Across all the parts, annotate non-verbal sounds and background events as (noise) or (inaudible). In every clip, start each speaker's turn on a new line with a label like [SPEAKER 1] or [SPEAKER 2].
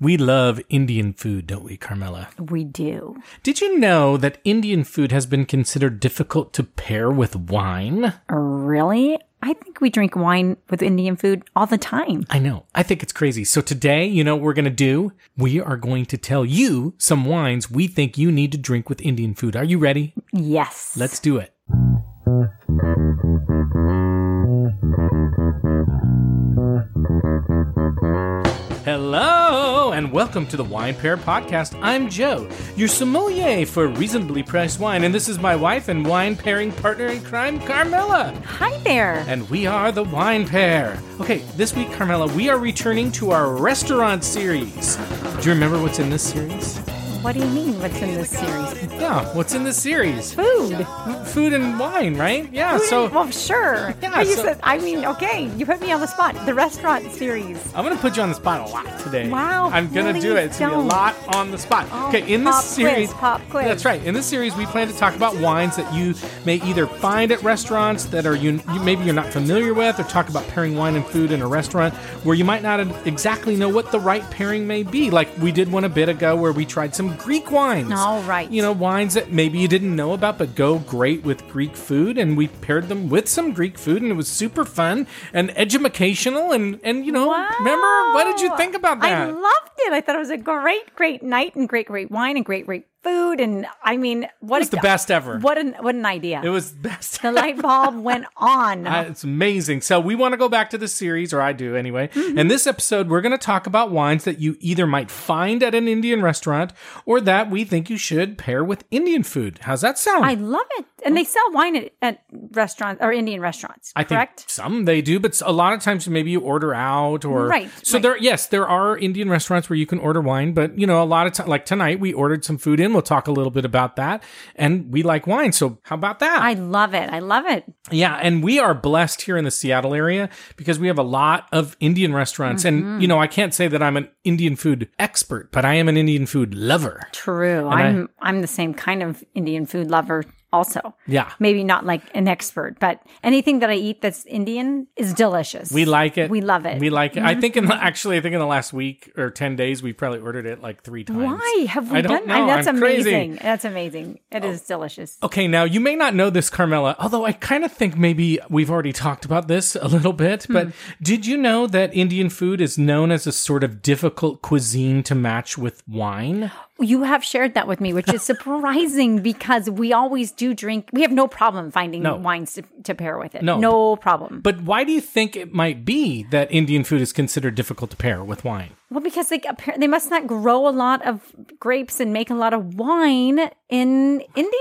[SPEAKER 1] We love Indian food, don't we, Carmela?
[SPEAKER 2] We do.
[SPEAKER 1] Did you know that Indian food has been considered difficult to pair with wine?
[SPEAKER 2] Really? I think we drink wine with Indian food all the time.
[SPEAKER 1] I know. I think it's crazy. So today, you know what we're going to do? We are going to tell you some wines we think you need to drink with Indian food. Are you ready?
[SPEAKER 2] Yes.
[SPEAKER 1] Let's do it. Hello and welcome to the Wine Pair Podcast. I'm Joe, your sommelier for reasonably priced wine, and this is my wife and wine pairing partner in crime, Carmela.
[SPEAKER 2] Hi there.
[SPEAKER 1] And we are the Wine Pair. Okay, this week, Carmela, we are returning to our restaurant series. Do you remember what's in this series?
[SPEAKER 2] What do you mean? What's in this series?
[SPEAKER 1] Yeah, what's in this series?
[SPEAKER 2] Food.
[SPEAKER 1] Food and wine, right? Yeah,
[SPEAKER 2] Food
[SPEAKER 1] so
[SPEAKER 2] and- well, sure.
[SPEAKER 1] Yeah,
[SPEAKER 2] But you
[SPEAKER 1] so-
[SPEAKER 2] said, I mean, okay, you put me on the spot. The restaurant series.
[SPEAKER 1] I'm gonna put you on the spot a lot today.
[SPEAKER 2] Wow,
[SPEAKER 1] I'm gonna do
[SPEAKER 2] please
[SPEAKER 1] it. It's gonna be a
[SPEAKER 2] don't. Oh,
[SPEAKER 1] lot on the spot. okay, in this
[SPEAKER 2] pop quiz,
[SPEAKER 1] series,
[SPEAKER 2] pop quiz.
[SPEAKER 1] That's right. In this series, we plan to talk about wines that you may either find at restaurants that are you, you maybe you're not familiar with, or talk about pairing wine and food in a restaurant where you might not exactly know what the right pairing may be. Like we did one a bit ago where we tried some Greek wines.
[SPEAKER 2] All right.
[SPEAKER 1] You know, wines that maybe you didn't know about but go great with Greek food, and we paired them with some Greek food, and it was super fun and educational, and and you know, remember what did you
[SPEAKER 2] Wow.
[SPEAKER 1] think about
[SPEAKER 2] I
[SPEAKER 1] that?
[SPEAKER 2] loved it. I thought it was a great, great night and great, great wine and great, great food. And I mean, what
[SPEAKER 1] was
[SPEAKER 2] a-
[SPEAKER 1] the best ever.
[SPEAKER 2] What an what an idea.
[SPEAKER 1] it was best.
[SPEAKER 2] the light bulb went
[SPEAKER 1] (laughs)
[SPEAKER 2] on.
[SPEAKER 1] Uh, (laughs) it's amazing. So we want to go back to the series, or I do anyway.
[SPEAKER 2] Mm-hmm.
[SPEAKER 1] In this episode, we're going to talk about wines that you either might find at an Indian restaurant or that we think you should pair with Indian food. How's that sound?
[SPEAKER 2] I love it. And they sell wine at, at restaurants or Indian restaurants,
[SPEAKER 1] I
[SPEAKER 2] correct?
[SPEAKER 1] think some they do, but a lot of times maybe you order out or
[SPEAKER 2] Right,
[SPEAKER 1] So
[SPEAKER 2] right.
[SPEAKER 1] there, yes, there are Indian restaurants where you can order wine, but you know, a lot of time, like tonight, we ordered some food in. We'll talk a little bit about that, and we like wine, so how about that?
[SPEAKER 2] I love it. I love it.
[SPEAKER 1] Yeah, and we are blessed here in the Seattle area because we have a lot of Indian restaurants.
[SPEAKER 2] Mm-hmm.
[SPEAKER 1] And, you know, I can't say that I'm an Indian food expert, but I am an Indian food lover.
[SPEAKER 2] True. I'm I, am i am the same kind of Indian food lover also.
[SPEAKER 1] Yeah.
[SPEAKER 2] Maybe not like an expert, but anything that I eat that's Indian is delicious.
[SPEAKER 1] We like it.
[SPEAKER 2] We love it. Mm-hmm.
[SPEAKER 1] We like it. I think in the, actually, I think in the last week or 10 days, we've probably ordered it like three times.
[SPEAKER 2] Why have we
[SPEAKER 1] I
[SPEAKER 2] done
[SPEAKER 1] don't
[SPEAKER 2] that?
[SPEAKER 1] know.
[SPEAKER 2] That's
[SPEAKER 1] I'm crazy. Oh.
[SPEAKER 2] amazing. That's amazing. It is delicious. Oh,
[SPEAKER 1] Okay, now you may not know this, Carmela, although I kind of think maybe we've already talked about this a little bit,
[SPEAKER 2] Hmm.
[SPEAKER 1] but did you know that Indian food is known as a sort of difficult cuisine to match with wine?
[SPEAKER 2] You have shared that with me,
[SPEAKER 1] (laughs)
[SPEAKER 2] which is surprising because we always do drink. We have no problem finding wines to, to pair with it.
[SPEAKER 1] No.
[SPEAKER 2] no problem.
[SPEAKER 1] But why do you think it might be that Indian food is considered difficult to pair with wine?
[SPEAKER 2] Well, because they appar- they must not grow a lot of grapes and make a lot of wine in India.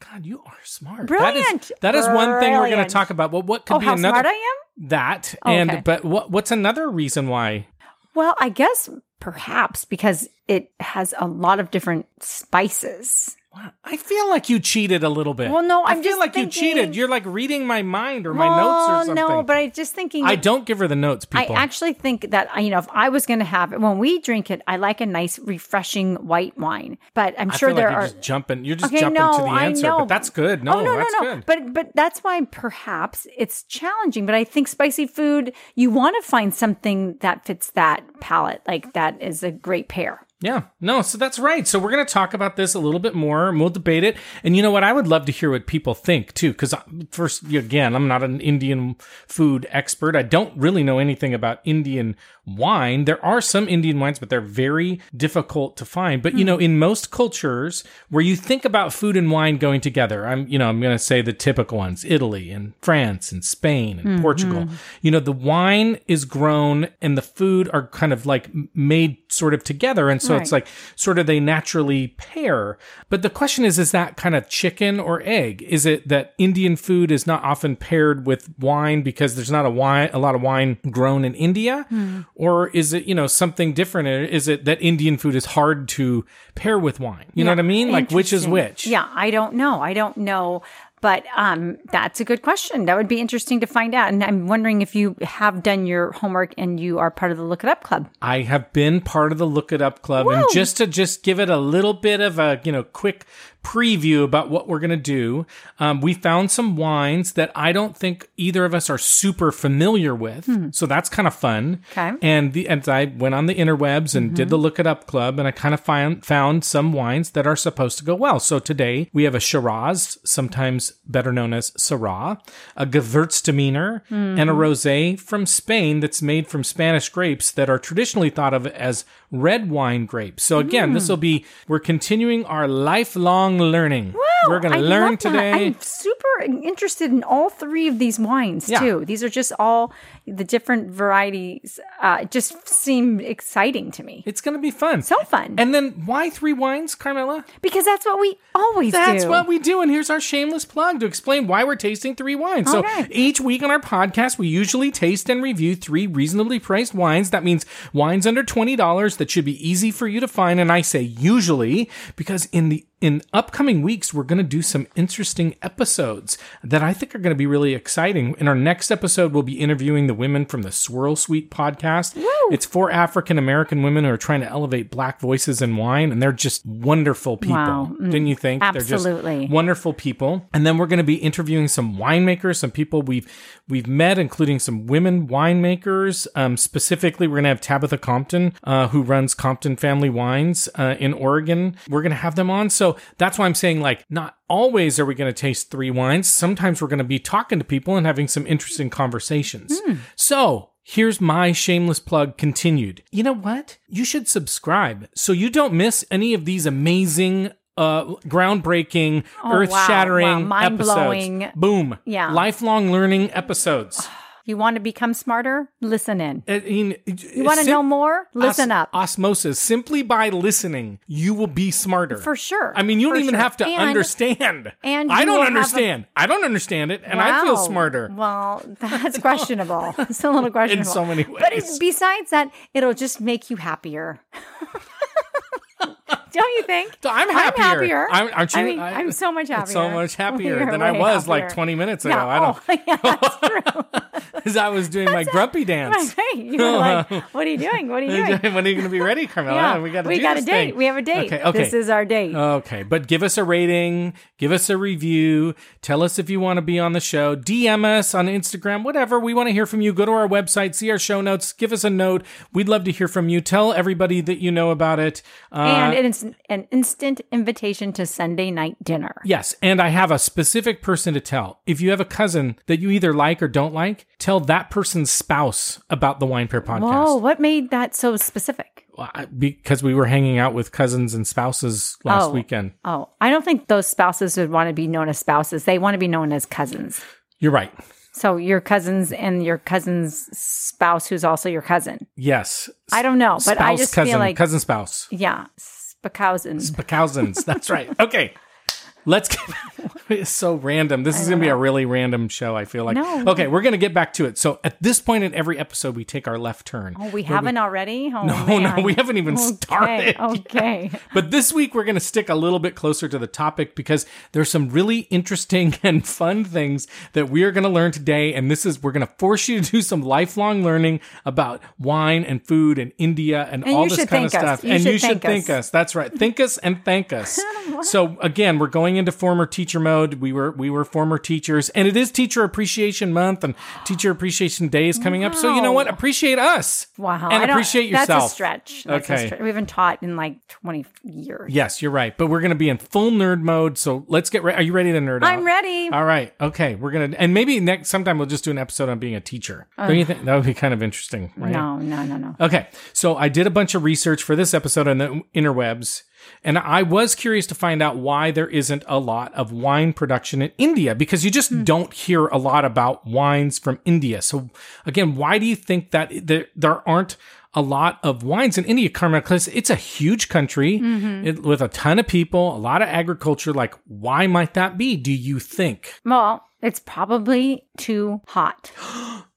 [SPEAKER 1] God, you are smart.
[SPEAKER 2] Brilliant.
[SPEAKER 1] That is, that is one thing we're going
[SPEAKER 2] Brilliant.
[SPEAKER 1] to talk about. Well, what could
[SPEAKER 2] Oh,
[SPEAKER 1] be
[SPEAKER 2] how
[SPEAKER 1] another
[SPEAKER 2] smart I am!
[SPEAKER 1] that
[SPEAKER 2] Oh,
[SPEAKER 1] and
[SPEAKER 2] okay.
[SPEAKER 1] but what what's another reason why?
[SPEAKER 2] Well, I guess perhaps because it has a lot of different spices.
[SPEAKER 1] Wow, I feel like you cheated a little bit.
[SPEAKER 2] Well, no,
[SPEAKER 1] I
[SPEAKER 2] I'm
[SPEAKER 1] feel
[SPEAKER 2] just
[SPEAKER 1] like
[SPEAKER 2] thinking-
[SPEAKER 1] you cheated. You're like reading my mind or my notes or
[SPEAKER 2] Oh,
[SPEAKER 1] something.
[SPEAKER 2] no, but I'm just thinking.
[SPEAKER 1] I don't give her the notes,
[SPEAKER 2] I
[SPEAKER 1] people.
[SPEAKER 2] actually think that you know if I was going to have it when we drink it, I like a nice, refreshing white wine. But I'm
[SPEAKER 1] I
[SPEAKER 2] sure
[SPEAKER 1] feel
[SPEAKER 2] there
[SPEAKER 1] like
[SPEAKER 2] are
[SPEAKER 1] you're just jumping. You're just
[SPEAKER 2] Okay,
[SPEAKER 1] jumping
[SPEAKER 2] no,
[SPEAKER 1] to the
[SPEAKER 2] I
[SPEAKER 1] answer,
[SPEAKER 2] know.
[SPEAKER 1] but that's good. No,
[SPEAKER 2] oh no,
[SPEAKER 1] that's
[SPEAKER 2] no, no.
[SPEAKER 1] good.
[SPEAKER 2] But but that's why perhaps it's challenging. But I think spicy food, you want to find something that fits that palate. Like that is a great pair.
[SPEAKER 1] Yeah, no, so that's right. So we're going to talk about this a little bit more and we'll debate it. And you know what? I would love to hear what people think too, because first, again, I'm not an Indian food expert. I don't really know anything about Indian wine. There are some Indian wines, but they're very difficult to find. But you know, in most cultures where you think about food and wine going together, I'm, you know, I'm going to say the typical ones, Italy and France and Spain and
[SPEAKER 2] Mm,
[SPEAKER 1] Portugal, you know, the wine is grown and the food are kind of like m- made sort of together. And so it's
[SPEAKER 2] Right.
[SPEAKER 1] like sort of they naturally pair. But the question is, is that kind of chicken or egg? Is it that Indian food is not often paired with wine because there's not a wine, a lot of wine grown in India?
[SPEAKER 2] Hmm.
[SPEAKER 1] Or is it, you know, something different? Or Is it that Indian food is hard to pair with wine? You know what I mean? Like which is
[SPEAKER 2] Interesting.
[SPEAKER 1] which?
[SPEAKER 2] Yeah, I don't know. I don't know. But um, that's a good question. That would be interesting to find out. And I'm wondering if you have done your homework and you are part of the Look It Up Club.
[SPEAKER 1] I have been part of the Look It Up Club, and
[SPEAKER 2] Woo!
[SPEAKER 1] just to just give it a little bit of a you know quick preview about what we're going to do. Um, we found some wines that I don't think either of us are super familiar with. So that's kind of fun.
[SPEAKER 2] Hmm. Okay.
[SPEAKER 1] And the and I went on the interwebs and did the look it up club and I kind of find, found some wines that are supposed to go well. So today we have a Shiraz, sometimes better known as Syrah, a Gewürztraminer, and a rosé from Spain that's made from Spanish grapes that are traditionally thought of as red wine grapes. So again, this will be we're continuing our lifelong learning. We're going
[SPEAKER 2] I
[SPEAKER 1] to learn
[SPEAKER 2] love that.
[SPEAKER 1] today.
[SPEAKER 2] I'm super interested in all three of these wines
[SPEAKER 1] Yeah.
[SPEAKER 2] too. These are just all the different varieties. Uh, just seem exciting to me.
[SPEAKER 1] It's going to be fun.
[SPEAKER 2] So fun
[SPEAKER 1] and then why three wines, Carmela?
[SPEAKER 2] because that's what we always
[SPEAKER 1] That's
[SPEAKER 2] do.
[SPEAKER 1] what we do. And here's our shameless plug to explain why we're tasting three wines. So
[SPEAKER 2] Okay.
[SPEAKER 1] each week on our podcast, we usually taste and review three reasonably priced wines. That means wines under $20 that should be easy for you to find. And I say usually because in the in upcoming weeks, we're going to do some interesting episodes that I think are going to be really exciting. In our next episode, we'll be interviewing the women from the Swirl Suite podcast. It's for African American women who are trying to elevate black voices in wine, and they're just wonderful people.
[SPEAKER 2] Wow. Mm.
[SPEAKER 1] Didn't you think? They're
[SPEAKER 2] Absolutely.
[SPEAKER 1] just wonderful people. And then we're going to be interviewing some winemakers, some people we've we've met, including some women winemakers. Um, specifically, we're going to have Tabitha Compton, uh, who runs Compton Family Wines uh, in Oregon. We're going to have them on. So that's why I'm saying, like, not always are we going to taste three wines. Sometimes we're going to be talking to people and having some interesting conversations. So. Here's my shameless plug continued. You know what? You should subscribe so you don't miss any of these amazing uh groundbreaking
[SPEAKER 2] Oh, wow,
[SPEAKER 1] earth-shattering
[SPEAKER 2] wow, mind-blowing.
[SPEAKER 1] episodes boom
[SPEAKER 2] Yeah.
[SPEAKER 1] lifelong learning
[SPEAKER 2] (sighs)
[SPEAKER 1] episodes
[SPEAKER 2] you want to become smarter? Listen in.
[SPEAKER 1] I mean,
[SPEAKER 2] You want to know more? Listen up.
[SPEAKER 1] osmosis simply by listening you will be smarter
[SPEAKER 2] For sure.
[SPEAKER 1] i mean you don't
[SPEAKER 2] For
[SPEAKER 1] even
[SPEAKER 2] sure.
[SPEAKER 1] have to
[SPEAKER 2] And-
[SPEAKER 1] understand
[SPEAKER 2] and
[SPEAKER 1] i
[SPEAKER 2] you
[SPEAKER 1] don't
[SPEAKER 2] will have a-
[SPEAKER 1] understand I i don't understand it and i feel
[SPEAKER 2] Wow.
[SPEAKER 1] smarter
[SPEAKER 2] Well, (laughs) that's questionable.
[SPEAKER 1] (laughs)
[SPEAKER 2] It's a little questionable.
[SPEAKER 1] so many
[SPEAKER 2] (laughs) But
[SPEAKER 1] ways.
[SPEAKER 2] it's, besides that, it'll just make you happier. (laughs) Don't you think?
[SPEAKER 1] So I'm happier.
[SPEAKER 2] I'm happier.
[SPEAKER 1] I'm- aren't you-
[SPEAKER 2] I mean,
[SPEAKER 1] I-
[SPEAKER 2] I'm so much happier.
[SPEAKER 1] so much happier
[SPEAKER 2] You're
[SPEAKER 1] than I
[SPEAKER 2] way
[SPEAKER 1] was, like,
[SPEAKER 2] happier.
[SPEAKER 1] 20 minutes
[SPEAKER 2] Yeah.
[SPEAKER 1] ago. I don't-
[SPEAKER 2] Oh, (laughs) yeah, that's
[SPEAKER 1] (laughs)
[SPEAKER 2] true.
[SPEAKER 1] because i was doing my grumpy
[SPEAKER 2] (laughs)
[SPEAKER 1] dance
[SPEAKER 2] Right. You were
[SPEAKER 1] (laughs)
[SPEAKER 2] like, what are you doing? What are you doing?
[SPEAKER 1] when are you going to be ready carmela
[SPEAKER 2] (laughs) Yeah.
[SPEAKER 1] we got to
[SPEAKER 2] we
[SPEAKER 1] do
[SPEAKER 2] got a
[SPEAKER 1] this
[SPEAKER 2] date.
[SPEAKER 1] thing.
[SPEAKER 2] We have a date.
[SPEAKER 1] okay Uh, okay
[SPEAKER 2] This is our date.
[SPEAKER 1] Okay, but give us a rating, give us a review, tell us if you want to be on the show, DM us on Instagram, whatever. We want to hear from you. Go to our website, see our show notes, give us a note. We'd love to hear from you. Tell everybody that you know about it. Uh,
[SPEAKER 2] and it's an instant invitation to Sunday night dinner.
[SPEAKER 1] yes, and I have a specific person to tell. If you have a cousin that you either like or don't like, tell that person's spouse about the Wine Pair podcast.
[SPEAKER 2] Whoa, Oh, what made that so specific?
[SPEAKER 1] Well, I- Because we were hanging out with cousins and spouses last
[SPEAKER 2] Oh.
[SPEAKER 1] weekend.
[SPEAKER 2] Oh, I don't think those spouses would want to be known as spouses. They want to be known as cousins.
[SPEAKER 1] You're right.
[SPEAKER 2] So your cousins and your cousin's spouse, who's also your cousin.
[SPEAKER 1] Yes.
[SPEAKER 2] I don't know, but
[SPEAKER 1] spouse,
[SPEAKER 2] I just
[SPEAKER 1] cousin,
[SPEAKER 2] feel like
[SPEAKER 1] cousin spouse.
[SPEAKER 2] yeah, spousen.
[SPEAKER 1] Bacowsins. That's right. Okay. Let's get (laughs) it's so random. This is gonna be a really random show, I feel like.
[SPEAKER 2] No.
[SPEAKER 1] Okay, we're gonna get back to it. So at this point in every episode, we take our left turn.
[SPEAKER 2] Oh, we haven't already. Oh,
[SPEAKER 1] Oh no,
[SPEAKER 2] man.
[SPEAKER 1] we haven't even started.
[SPEAKER 2] Okay, (laughs) okay.
[SPEAKER 1] (laughs) But this week we're going to stick a little bit closer to the topic because there's some really interesting (laughs) and fun things that we are going to learn today. And this is, we're going to force you to do some lifelong learning about wine and food and India and, all
[SPEAKER 2] you
[SPEAKER 1] this
[SPEAKER 2] should
[SPEAKER 1] kind of
[SPEAKER 2] thank us.
[SPEAKER 1] stuff.
[SPEAKER 2] You
[SPEAKER 1] and
[SPEAKER 2] should
[SPEAKER 1] you should
[SPEAKER 2] thank us.
[SPEAKER 1] thank us. That's right. Thank us and thank
[SPEAKER 2] (laughs)
[SPEAKER 1] us. so again, we're going into former teacher mode. We were, we were former teachers and it is teacher appreciation month and teacher appreciation day is coming up. So you know
[SPEAKER 2] Wow.
[SPEAKER 1] what? Appreciate us.
[SPEAKER 2] Wow. I
[SPEAKER 1] And
[SPEAKER 2] don't-
[SPEAKER 1] appreciate yourself.
[SPEAKER 2] That's a stretch. That's a
[SPEAKER 1] Okay.
[SPEAKER 2] stretch. We haven't taught in like 20 years.
[SPEAKER 1] Yes, you're right. But we're going to be in full nerd mode. So let's get ready. Are you ready to nerd out?
[SPEAKER 2] I'm ready.
[SPEAKER 1] All right. Okay. We're going to, and maybe next, sometime we'll just do an episode on being a teacher. Don't you think? That would be kind of interesting, right?
[SPEAKER 2] No, no, no, no.
[SPEAKER 1] Okay. So I did a bunch of research for this episode on the interwebs, and I was curious to find out why there isn't a lot of wine production in India because you
[SPEAKER 2] Hmm.
[SPEAKER 1] just don't hear a lot about wines from India. So again, why do you think that there, there aren't a lot of wines in India, Carmen, because it's a huge country
[SPEAKER 2] Mm-hmm.
[SPEAKER 1] it- with a ton of people, a lot of agriculture. Like, why might that be? Do you think?
[SPEAKER 2] Well, it's probably too hot.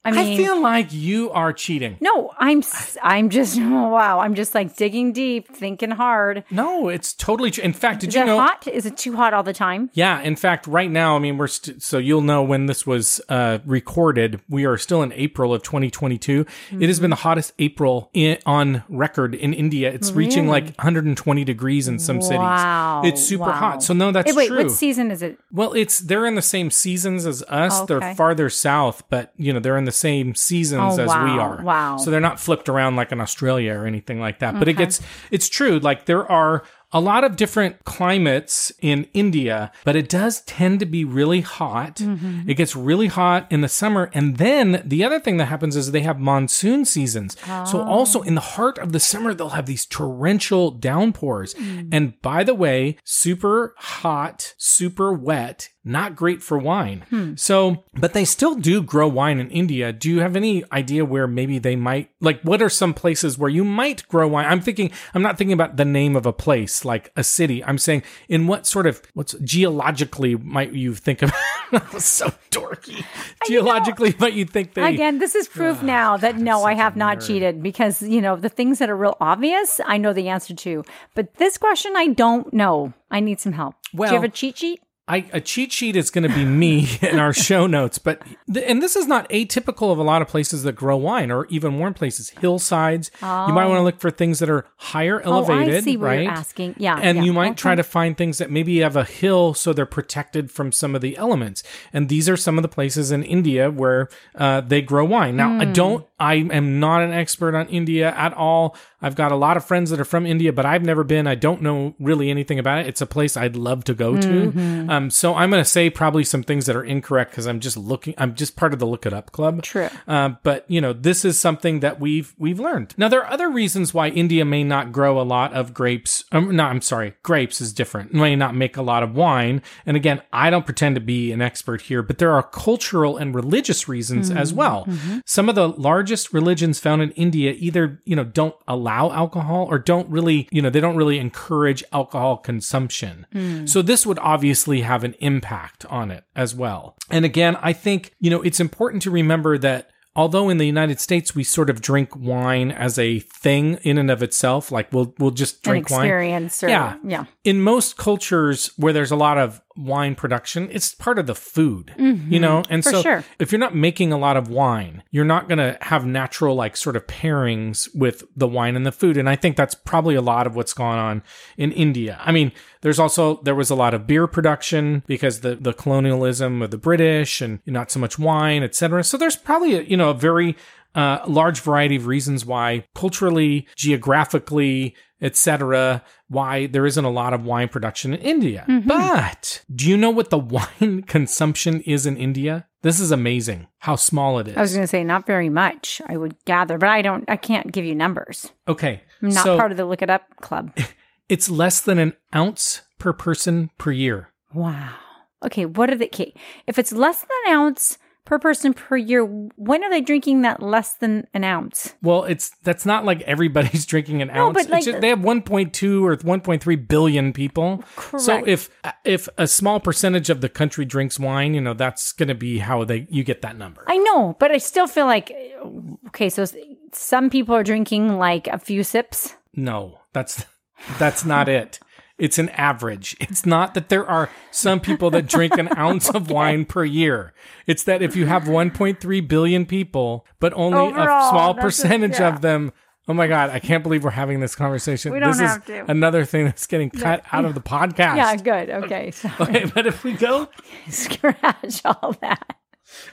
[SPEAKER 2] I mean,
[SPEAKER 1] I feel like you are cheating.
[SPEAKER 2] no, I'm s- I'm just (laughs) wow. I'm just like digging deep, thinking hard.
[SPEAKER 1] No, it's totally true. In fact, did
[SPEAKER 2] Is
[SPEAKER 1] you
[SPEAKER 2] it
[SPEAKER 1] know?
[SPEAKER 2] hot? Is it too hot all the time?
[SPEAKER 1] Yeah, in fact, right now, I mean, we're st- so you'll know when this was uh, recorded. We are still in April of 2022. It
[SPEAKER 2] Mm-hmm.
[SPEAKER 1] has been the hottest April in- on record in India. It's reaching like 120 degrees in some
[SPEAKER 2] Wow,
[SPEAKER 1] cities. It's super
[SPEAKER 2] wow.
[SPEAKER 1] hot. So no, that's
[SPEAKER 2] Eh, wait,
[SPEAKER 1] true.
[SPEAKER 2] what season is it?
[SPEAKER 1] well, it's they're in the same seasons as us. They're
[SPEAKER 2] Okay.
[SPEAKER 1] farther south, but you know they're in the same seasons
[SPEAKER 2] Oh,
[SPEAKER 1] as we
[SPEAKER 2] wow,
[SPEAKER 1] are.
[SPEAKER 2] wow.
[SPEAKER 1] So they're not flipped around like in Australia or anything like that. But it gets it's true. Like there are a lot of different climates in India, but it does tend to be really hot.
[SPEAKER 2] Mm-hmm.
[SPEAKER 1] It gets really hot in the summer. And then the other thing that happens is they have monsoon seasons. So
[SPEAKER 2] Oh.
[SPEAKER 1] also in the heart of the summer, they'll have these torrential downpours.
[SPEAKER 2] Mm.
[SPEAKER 1] And by the way, super hot, super wet, not great for wine. So, but they still do grow wine in India. Do you have any idea where maybe they might, like, what are some places where you might grow wine? I'm thinking, I'm not thinking about the name of a place, like a city. I'm saying, in what sort of, what's geologically might you think of? (laughs) That was so dorky. Geologically, might you think they.
[SPEAKER 2] Again, this is proof
[SPEAKER 1] Ah,
[SPEAKER 2] now that no, I have not cheated because, you know, the things that are real obvious, I know the answer to. But this question, I don't know. I need some help. Do
[SPEAKER 1] Well-
[SPEAKER 2] you have a cheat sheet?
[SPEAKER 1] I, a cheat sheet is going to be
[SPEAKER 2] (laughs)
[SPEAKER 1] me in our show notes, but th- and this is not atypical of a lot of places that grow wine or even warm places, hillsides. You might want to look for things that are higher elevated,
[SPEAKER 2] oh, I see what
[SPEAKER 1] right?
[SPEAKER 2] you're asking. Yeah.
[SPEAKER 1] And
[SPEAKER 2] yeah.
[SPEAKER 1] you might
[SPEAKER 2] Okay.
[SPEAKER 1] try to find things that maybe have a hill so they're protected from some of the elements. And these are some of the places in India where uh, they grow wine. Now,
[SPEAKER 2] Hmm.
[SPEAKER 1] I don't, I am not an expert on India at all. I've got a lot of friends that are from India, but I've never been. I don't know really anything about it. It's a place I'd love to go
[SPEAKER 2] Mm-hmm.
[SPEAKER 1] to. Um, so I'm going to say probably some things that are incorrect because I'm just looking, I'm just part of the Look It Up Club.
[SPEAKER 2] True.
[SPEAKER 1] Um, but you know, this is something that we've we've learned. Now, there are other reasons why India may not grow a lot of grapes. Um, no, I'm sorry, grapes is different. May not make a lot of wine. And again, I don't pretend to be an expert here, but there are cultural and religious reasons as well. Some of the largest religions found in India either you know don't allow alcohol or don't really you know they don't really encourage alcohol consumption. So this would obviously have an impact on it as well. And again, I think you know it's important to remember that although in the United States we sort of drink wine as a thing in and of itself, like we'll we'll just
[SPEAKER 2] An
[SPEAKER 1] drink wine.
[SPEAKER 2] experience. Or,
[SPEAKER 1] Yeah.
[SPEAKER 2] Yeah.
[SPEAKER 1] In most cultures where there's a lot of wine production, it's part of the food, you know? And
[SPEAKER 2] Mm-hmm. For
[SPEAKER 1] so
[SPEAKER 2] sure.
[SPEAKER 1] if you're not making a lot of wine, you're not going to have natural, like, sort of pairings with the wine and the food. And I think that's probably a lot of what's gone on in India. I mean, there's also, there was a lot of beer production because the, the colonialism of the British and not so much wine, et cetera. So there's probably, a, you know, a very, uh, large variety of reasons why culturally, geographically, etc., why there isn't a lot of wine production in India.
[SPEAKER 2] Mm-hmm.
[SPEAKER 1] But do you know what the (laughs) wine consumption is in India? This is amazing how small it is.
[SPEAKER 2] I was going to say, not very much, I would gather, but I don't, I can't give you numbers.
[SPEAKER 1] okay,
[SPEAKER 2] I'm not
[SPEAKER 1] so
[SPEAKER 2] part of the Look It Up Club.
[SPEAKER 1] it's less than an ounce per person per year.
[SPEAKER 2] wow. Okay. What are the, okay. If it's less than an ounce per person per year, when are they drinking that less than an ounce?
[SPEAKER 1] Well, it's that's not like everybody's (laughs) drinking an ounce.
[SPEAKER 2] but,
[SPEAKER 1] It's
[SPEAKER 2] like-
[SPEAKER 1] ju- they have 1.2 or 1.3 billion people. So
[SPEAKER 2] Correct.
[SPEAKER 1] if if a small percentage of the country drinks wine, you know that's going to be how they you get that number.
[SPEAKER 2] I know, but I still feel like uh, okay, so s- some people are drinking like a few sips.
[SPEAKER 1] No, that's that's not it. It's an average. It's not that there are some people that drink
[SPEAKER 2] (laughs)
[SPEAKER 1] an ounce of wine per year. It's that if you have 1.3 billion people, but only a
[SPEAKER 2] Overall,
[SPEAKER 1] small
[SPEAKER 2] that's just-
[SPEAKER 1] percentage
[SPEAKER 2] yeah.
[SPEAKER 1] of them. Oh my God, I can't believe we're having this conversation.
[SPEAKER 2] We don't
[SPEAKER 1] this
[SPEAKER 2] have
[SPEAKER 1] is
[SPEAKER 2] to.
[SPEAKER 1] another thing that's getting cut out
[SPEAKER 2] (laughs)
[SPEAKER 1] of the podcast.
[SPEAKER 2] Yeah, good. Okay, so
[SPEAKER 1] (laughs) Okay, but if we go
[SPEAKER 2] (laughs) scratch all that.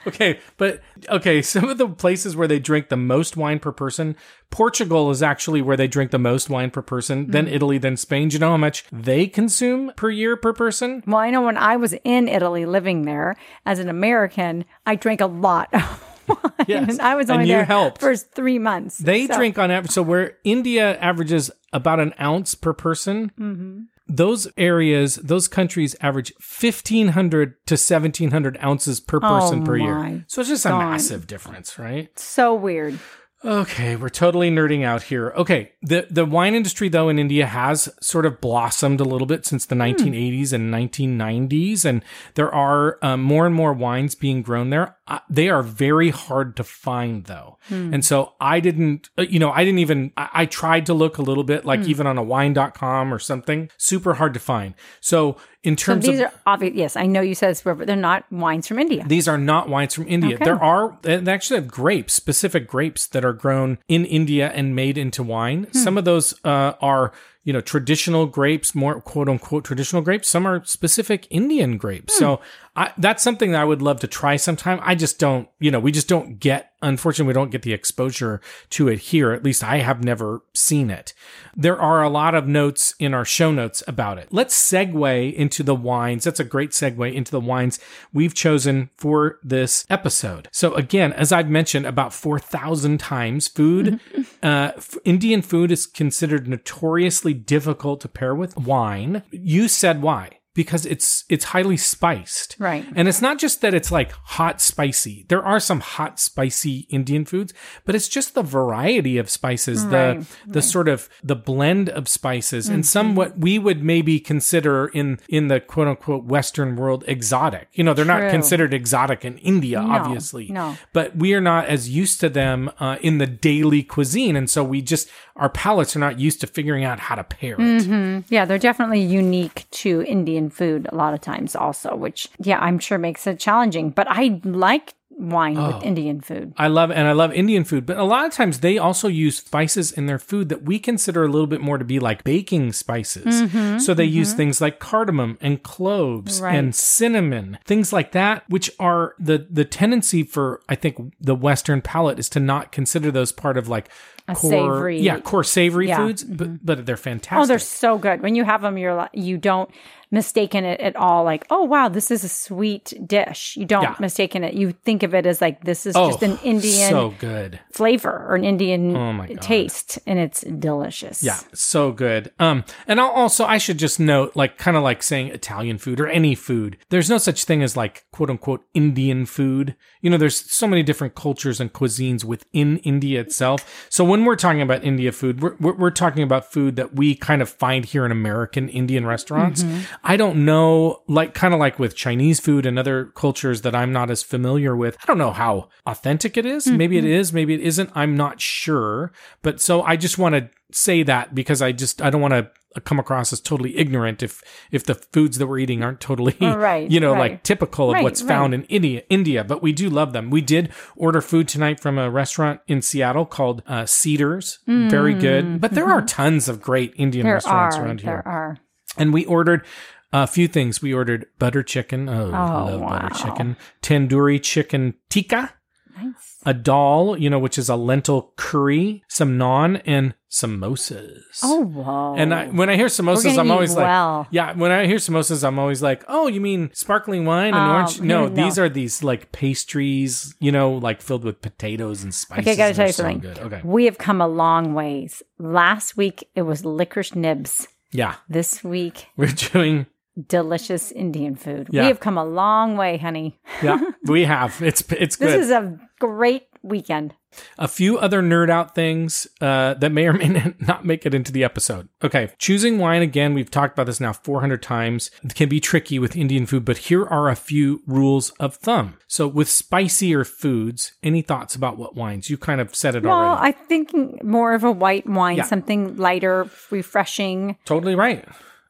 [SPEAKER 1] Okay, but okay, some of the places where they drink the most wine per person, Portugal is actually where they drink the most wine per person, then
[SPEAKER 2] Mm.
[SPEAKER 1] Italy, then Spain. Do you know how much they consume per year per person?
[SPEAKER 2] Well, I know when I was in Italy living there as an American, I drank a lot. of (laughs) wine,
[SPEAKER 1] Yes,
[SPEAKER 2] and I was
[SPEAKER 1] and
[SPEAKER 2] only
[SPEAKER 1] you
[SPEAKER 2] there
[SPEAKER 1] helped.
[SPEAKER 2] for three months.
[SPEAKER 1] They
[SPEAKER 2] so-
[SPEAKER 1] drink on average, so where India averages about an ounce per person,
[SPEAKER 2] Mm-hmm.
[SPEAKER 1] those areas, those countries average 1,500 to 1,700 ounces per person per
[SPEAKER 2] Oh my
[SPEAKER 1] year. So it's just a massive difference, right?
[SPEAKER 2] so weird.
[SPEAKER 1] Okay, we're totally nerding out here. Okay, the the wine industry though in India has sort of blossomed a little bit
[SPEAKER 2] Hmm.
[SPEAKER 1] since the 1980s and 1990s, and there are um, more and more wines being grown there. Uh, they are very hard to find though,
[SPEAKER 2] Hmm.
[SPEAKER 1] and so I didn't, uh, you know, I didn't even. I, I tried to look a little bit,
[SPEAKER 2] Hmm.
[SPEAKER 1] like even on a wine.com or something. Super hard to find. So in
[SPEAKER 2] So
[SPEAKER 1] terms of
[SPEAKER 2] these are obvious. Yes, I know you said it's but they're not wines from India.
[SPEAKER 1] these are not wines from India.
[SPEAKER 2] Okay.
[SPEAKER 1] There are they actually have grapes, specific grapes that are grown in India and made into wine.
[SPEAKER 2] Hmm.
[SPEAKER 1] Some of those uh, are you know traditional grapes, more quote unquote traditional grapes. Some are specific Indian
[SPEAKER 2] Hmm.
[SPEAKER 1] grapes. So I, that's something that I would love to try sometime. I just don't you know we just don't get unfortunately we don't get the exposure to it here. At least I have never seen it. There are a lot of notes in our show notes about it. Let's segue into the wines. That's a great segue into the wines we've chosen for this episode. So, again, as I've mentioned about 4,000 times, food, uh, f- Indian food is considered notoriously difficult to pair with wine. You said why? Because it's it's highly spiced.
[SPEAKER 2] Right.
[SPEAKER 1] And it's not just that it's like hot spicy. There are some hot spicy Indian foods, but it's just the variety of spices, the the sort of the blend of spices and
[SPEAKER 2] Mm-hmm.
[SPEAKER 1] some what we would maybe consider in in the quote unquote western world exotic. You know, they're
[SPEAKER 2] True.
[SPEAKER 1] not considered exotic in India obviously.
[SPEAKER 2] no.
[SPEAKER 1] But we are not as used to them uh, in the daily cuisine and so we just our palates are not used to figuring out how to pair it.
[SPEAKER 2] Yeah, they're definitely unique to Indian food a lot of times also, which yeah, I'm sure makes it challenging. But I like wine with Indian food.
[SPEAKER 1] Oh. I love and I love Indian food, but a lot of times they also use spices in their food that we consider a little bit more to be like baking spices. So they use things like cardamom and cloves
[SPEAKER 2] Mm-hmm, Right.
[SPEAKER 1] and cinnamon, things like that, which are the the tendency for I think the Western palate is to not consider those part of like core,
[SPEAKER 2] savory-
[SPEAKER 1] yeah, core savory
[SPEAKER 2] Yeah.
[SPEAKER 1] foods, but but they're fantastic.
[SPEAKER 2] Oh, they're so good. When you have them, you're like, you don't mistaken it at all. Like, oh wow, this is a sweet dish. You don't
[SPEAKER 1] Yeah.
[SPEAKER 2] mistaken it. You think of it as like this is just an Indian
[SPEAKER 1] Oh, so good.
[SPEAKER 2] flavor or an Indian
[SPEAKER 1] my God.
[SPEAKER 2] taste, and it's delicious.
[SPEAKER 1] Yeah, so good. Um, and I'll also I should just note, like, kind of like saying Italian food or any food. There's no such thing as like quote unquote Indian food. You know, there's so many different cultures and cuisines within India itself. So when we're talking about India food, we're we're, we're talking about food that we kind of find here in American Indian restaurants.
[SPEAKER 2] Mm-hmm.
[SPEAKER 1] I don't know, like, kind of like with Chinese food and other cultures that I'm not as familiar with. I don't know how authentic it is. Maybe it
[SPEAKER 2] Mm-hmm.
[SPEAKER 1] is, maybe it isn't. I'm not sure. But so I just want to say that because I just I don't want to come across as totally ignorant if if the foods that we're eating aren't totally
[SPEAKER 2] Oh, Right,
[SPEAKER 1] you know
[SPEAKER 2] right.
[SPEAKER 1] like typical of
[SPEAKER 2] Right,
[SPEAKER 1] what's found in India India but we do love them. We did order food tonight from a restaurant in Seattle called uh, Cedars, very good. But there are tons of great Indian
[SPEAKER 2] Mm, mm-hmm. there
[SPEAKER 1] restaurants
[SPEAKER 2] are
[SPEAKER 1] around here.
[SPEAKER 2] there are.
[SPEAKER 1] And we ordered uh, a few things. We ordered butter chicken. Oh, love butter
[SPEAKER 2] wow.
[SPEAKER 1] chicken. Tandoori chicken tikka
[SPEAKER 2] Nice.
[SPEAKER 1] a dal, you know, which is a lentil curry, some naan, and samosas.
[SPEAKER 2] Oh wow.
[SPEAKER 1] And I, when I hear
[SPEAKER 2] We're
[SPEAKER 1] samosas,
[SPEAKER 2] gonna
[SPEAKER 1] I'm
[SPEAKER 2] eat
[SPEAKER 1] always like,
[SPEAKER 2] well.
[SPEAKER 1] yeah, when I hear samosas, I'm always like, oh, you mean sparkling wine and
[SPEAKER 2] Oh,
[SPEAKER 1] orange? No,
[SPEAKER 2] no, no.
[SPEAKER 1] these are these like pastries, you know, like filled with potatoes and spices.
[SPEAKER 2] Okay, I gotta
[SPEAKER 1] and
[SPEAKER 2] tell you
[SPEAKER 1] they're so
[SPEAKER 2] something.
[SPEAKER 1] Good. Okay.
[SPEAKER 2] We have come a long ways. Last week it was licorice nibs.
[SPEAKER 1] Yeah.
[SPEAKER 2] This week,
[SPEAKER 1] We're (laughs) doing,
[SPEAKER 2] delicious Indian food.
[SPEAKER 1] Yeah.
[SPEAKER 2] We have come a long way, honey.
[SPEAKER 1] yeah, we have. It's, it's good.
[SPEAKER 2] This is a great weekend.
[SPEAKER 1] a few other nerd out things uh, that may or may (laughs) not make it into the episode. Okay, choosing wine again, we've talked about this now 400 times, it can be tricky with Indian food, but here are a few rules of thumb. So, with spicier foods, any thoughts about what wines? You kind of said it
[SPEAKER 2] Well,
[SPEAKER 1] already.
[SPEAKER 2] I think more of a white wine,
[SPEAKER 1] Yeah.
[SPEAKER 2] something lighter, refreshing.
[SPEAKER 1] Totally right.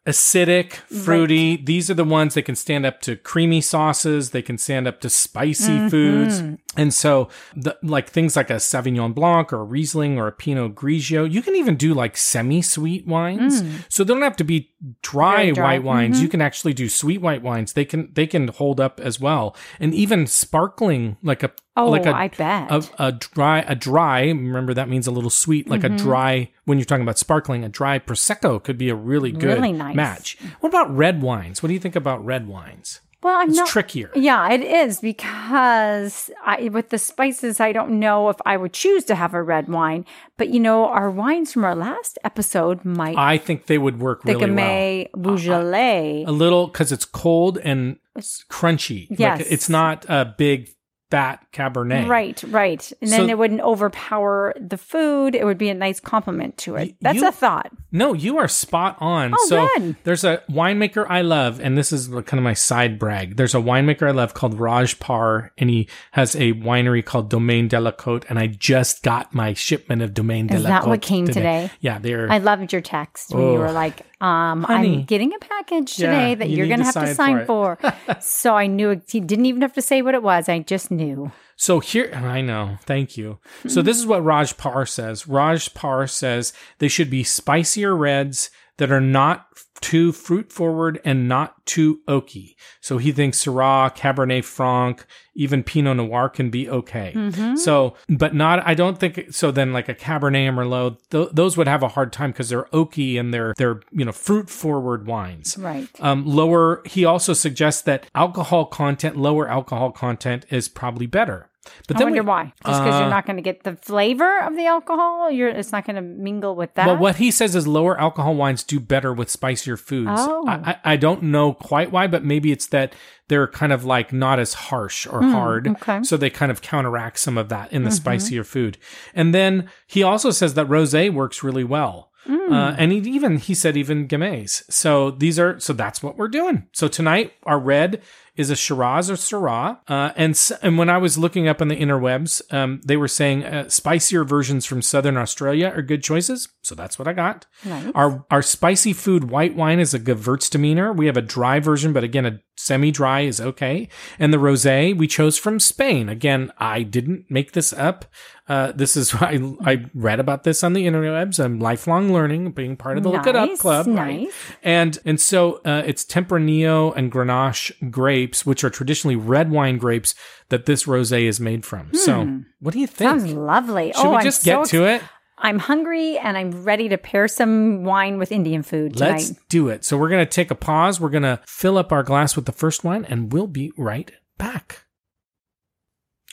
[SPEAKER 1] Acidic, fruity, these are the ones that can stand up to creamy sauces, they can stand up to spicy
[SPEAKER 2] Mm-hmm.
[SPEAKER 1] foods. And so, the, like things like a Sauvignon Blanc or a Riesling or a Pinot Grigio, you can even do like semi sweet wines. So they don't have to be dry,
[SPEAKER 2] Mm. Very dry. Mm-hmm.
[SPEAKER 1] white wines. You can actually do sweet white wines. They can they can hold up as well, and even sparkling like a
[SPEAKER 2] Oh,
[SPEAKER 1] like a
[SPEAKER 2] I bet.
[SPEAKER 1] a, a dry a dry remember that means a little sweet like
[SPEAKER 2] Mm-hmm.
[SPEAKER 1] a dry when you're talking about sparkling a dry prosecco could be a really good
[SPEAKER 2] Really nice.
[SPEAKER 1] match what about red wines what do you think about red wines
[SPEAKER 2] well, I'm
[SPEAKER 1] it's
[SPEAKER 2] not.
[SPEAKER 1] trickier
[SPEAKER 2] yeah, it is because I, with the spices, I don't know if I would choose to have a red wine. But you know, our wines from our last episode might.
[SPEAKER 1] i think they would work
[SPEAKER 2] the
[SPEAKER 1] Ah, really well Uh-huh.
[SPEAKER 2] Gamay Beaujolais.
[SPEAKER 1] a little because it's cold and s- crunchy Like,
[SPEAKER 2] Yes.
[SPEAKER 1] it's not a big that Cabernet.
[SPEAKER 2] Right, right. And then
[SPEAKER 1] So-
[SPEAKER 2] it wouldn't overpower the food. It would be a nice compliment to it. That's
[SPEAKER 1] you-
[SPEAKER 2] a thought.
[SPEAKER 1] No, you are spot on.
[SPEAKER 2] Oh,
[SPEAKER 1] so
[SPEAKER 2] good.
[SPEAKER 1] there's a winemaker I love, and this is kind of my side brag. There's a winemaker I love called Raj Par, and he has a winery called Domaine de la Côte, and I just got my shipment of Domaine de
[SPEAKER 2] Is
[SPEAKER 1] la Côte.
[SPEAKER 2] that what came today?
[SPEAKER 1] Yeah, they're
[SPEAKER 2] I loved your text when you were like, um,
[SPEAKER 1] Oh. Honey.
[SPEAKER 2] I'm getting a package
[SPEAKER 1] Yeah,
[SPEAKER 2] today that
[SPEAKER 1] you
[SPEAKER 2] you're
[SPEAKER 1] need
[SPEAKER 2] going to
[SPEAKER 1] to
[SPEAKER 2] have to
[SPEAKER 1] sign
[SPEAKER 2] sign for.
[SPEAKER 1] (laughs)
[SPEAKER 2] so I knew it, he didn't even have to say what it was. I just knew.
[SPEAKER 1] So here, I know. Thank you. So this is what Raj Par says. Raj Par says they should be spicier reds that are not too fruit forward and not too oaky. So he thinks Syrah, Cabernet Franc, even Pinot Noir can be okay. So, but not. I don't think so. Then like a Cabernet and Merlot, th- those would have a hard time because they're oaky and they're they're you know fruit forward wines.
[SPEAKER 2] Right.
[SPEAKER 1] Um, lower, he also suggests that alcohol content, lower alcohol content is probably better. But
[SPEAKER 2] I
[SPEAKER 1] then
[SPEAKER 2] wonder
[SPEAKER 1] we-
[SPEAKER 2] why. Just because
[SPEAKER 1] Uh,
[SPEAKER 2] you're not going to get the flavor of the alcohol, you're it's not going to mingle with that.
[SPEAKER 1] But what he says is lower alcohol wines do better with spicier foods.
[SPEAKER 2] Oh.
[SPEAKER 1] I, I, I don't know quite why, but maybe it's that they're kind of like not as harsh or hard.
[SPEAKER 2] Hmm, okay. Mm-hmm.
[SPEAKER 1] So they kind of counteract some of that in the spicier food. And then he also says that rosé works really well. Uh, and he even he said even Gamay. So these are so that's what we're doing. So tonight our red is a Shiraz or Syrah. Uh, and s- and when I was looking up on the interwebs, um, they were saying uh, spicier versions from Southern Australia are good choices. So that's what I got.
[SPEAKER 2] Nice.
[SPEAKER 1] Our our spicy food white wine is a Gewürztraminer. We have a dry version, but again a semi-dry is okay. And the rosé we chose from Spain. Again, I didn't make this up. Uh, this is (laughs) I I read about this on the interwebs. I'm lifelong learning, being part of the Look It Up
[SPEAKER 2] Nice,
[SPEAKER 1] Club.
[SPEAKER 2] nice.
[SPEAKER 1] And and so uh, it's Tempranillo and Grenache grapes, which are traditionally red wine grapes that this rosé is made from. So what do you think?
[SPEAKER 2] Hmm. Sounds lovely.
[SPEAKER 1] Should
[SPEAKER 2] oh,
[SPEAKER 1] we just
[SPEAKER 2] I'm
[SPEAKER 1] get
[SPEAKER 2] so
[SPEAKER 1] to it?
[SPEAKER 2] I'm hungry and I'm ready to pair some wine with Indian food tonight.
[SPEAKER 1] Let's do it. So we're going to take a pause. We're going to fill up our glass with the first wine and we'll be right back.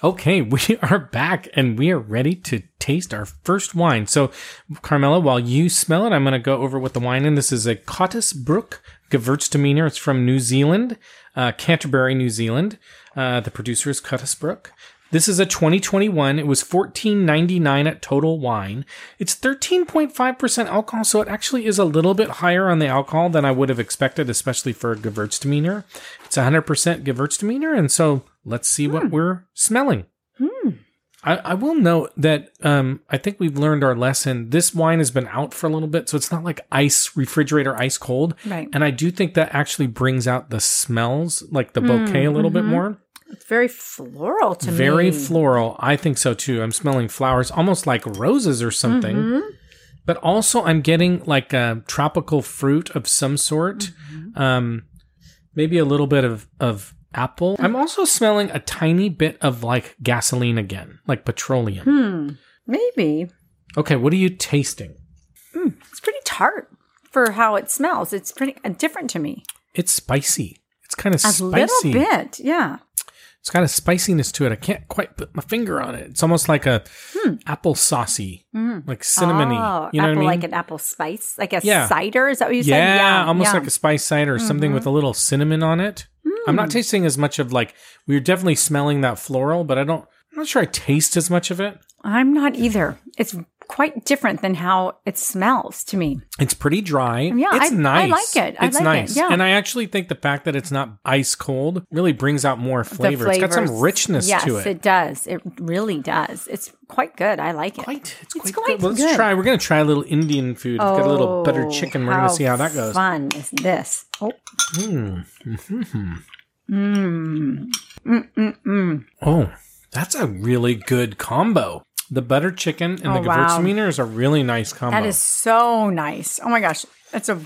[SPEAKER 1] Okay, (laughs) we are back and we are ready to taste our first wine. So, Carmela, while you smell it, I'm going to go over what the wine in. This is a Cottisbrook Gewürztraminer. It's from New Zealand, uh, Canterbury, New Zealand. Uh, the producer is Cottisbrook. This is a 2021. It was 14.99 at Total Wine. It's 13.5% alcohol, so it actually is a little bit higher on the alcohol than I would have expected, especially for a Gewürztraminer. It's 100% Gewürztraminer, and so let's see what we're smelling. I, I will note that um, I think we've learned our lesson. This wine has been out for a little bit, so it's not like ice refrigerator ice cold.
[SPEAKER 2] Right.
[SPEAKER 1] And I do think that actually brings out the smells, like the bouquet, a little bit more.
[SPEAKER 2] It's very floral to
[SPEAKER 1] Very floral. I think so too. I'm smelling flowers, almost like roses or something.
[SPEAKER 2] Mm-hmm.
[SPEAKER 1] But also, I'm getting like a tropical fruit of some sort.
[SPEAKER 2] Mm-hmm.
[SPEAKER 1] Um, maybe a little bit of of apple. I'm also smelling a tiny bit of like gasoline again, like petroleum.
[SPEAKER 2] Hmm. Maybe.
[SPEAKER 1] Okay, what are you tasting?
[SPEAKER 2] It's pretty tart for how it smells. It's pretty uh, different to me.
[SPEAKER 1] It's spicy. It's kind of
[SPEAKER 2] A little
[SPEAKER 1] spicy.
[SPEAKER 2] bit. Yeah.
[SPEAKER 1] It's got a spiciness to it. I can't quite put my finger on it. It's almost like a apple saucy, like cinnamony.
[SPEAKER 2] Hmm. Oh,
[SPEAKER 1] you know what
[SPEAKER 2] apple
[SPEAKER 1] I mean?
[SPEAKER 2] like an apple spice, like a
[SPEAKER 1] Yeah.
[SPEAKER 2] cider. Is that what you
[SPEAKER 1] yeah,
[SPEAKER 2] said?
[SPEAKER 1] almost like a spice cider or something
[SPEAKER 2] Mm-hmm.
[SPEAKER 1] with a little cinnamon on it. I'm
[SPEAKER 2] Mm.
[SPEAKER 1] not tasting as much of like we're definitely smelling that floral, but I don't. I'm not sure I taste as much of it.
[SPEAKER 2] I'm not either. It's quite different than how it smells to me.
[SPEAKER 1] It's pretty dry.
[SPEAKER 2] Yeah,
[SPEAKER 1] it's
[SPEAKER 2] I- I
[SPEAKER 1] nice.
[SPEAKER 2] like it. I
[SPEAKER 1] it's
[SPEAKER 2] like it,
[SPEAKER 1] nice.
[SPEAKER 2] yeah.
[SPEAKER 1] And I actually think the fact that it's not ice cold really brings out more flavor.
[SPEAKER 2] The
[SPEAKER 1] It's got some
[SPEAKER 2] flavors.
[SPEAKER 1] richness
[SPEAKER 2] yes,
[SPEAKER 1] to it.
[SPEAKER 2] it does. It really does. It's quite good. I like it.
[SPEAKER 1] Quite, it's quite,
[SPEAKER 2] quite
[SPEAKER 1] good. Well, Let's
[SPEAKER 2] good.
[SPEAKER 1] try. We're gonna try a little Indian food. We've got a little buttered
[SPEAKER 2] Oh,
[SPEAKER 1] chicken. We're gonna see how that goes.
[SPEAKER 2] Fun is this? Oh,
[SPEAKER 1] Oh, that's a really good combo. The buttered chicken and the
[SPEAKER 2] Oh, wow.
[SPEAKER 1] gewürztraminer is a really nice combo.
[SPEAKER 2] that is so nice. Oh my gosh, that's a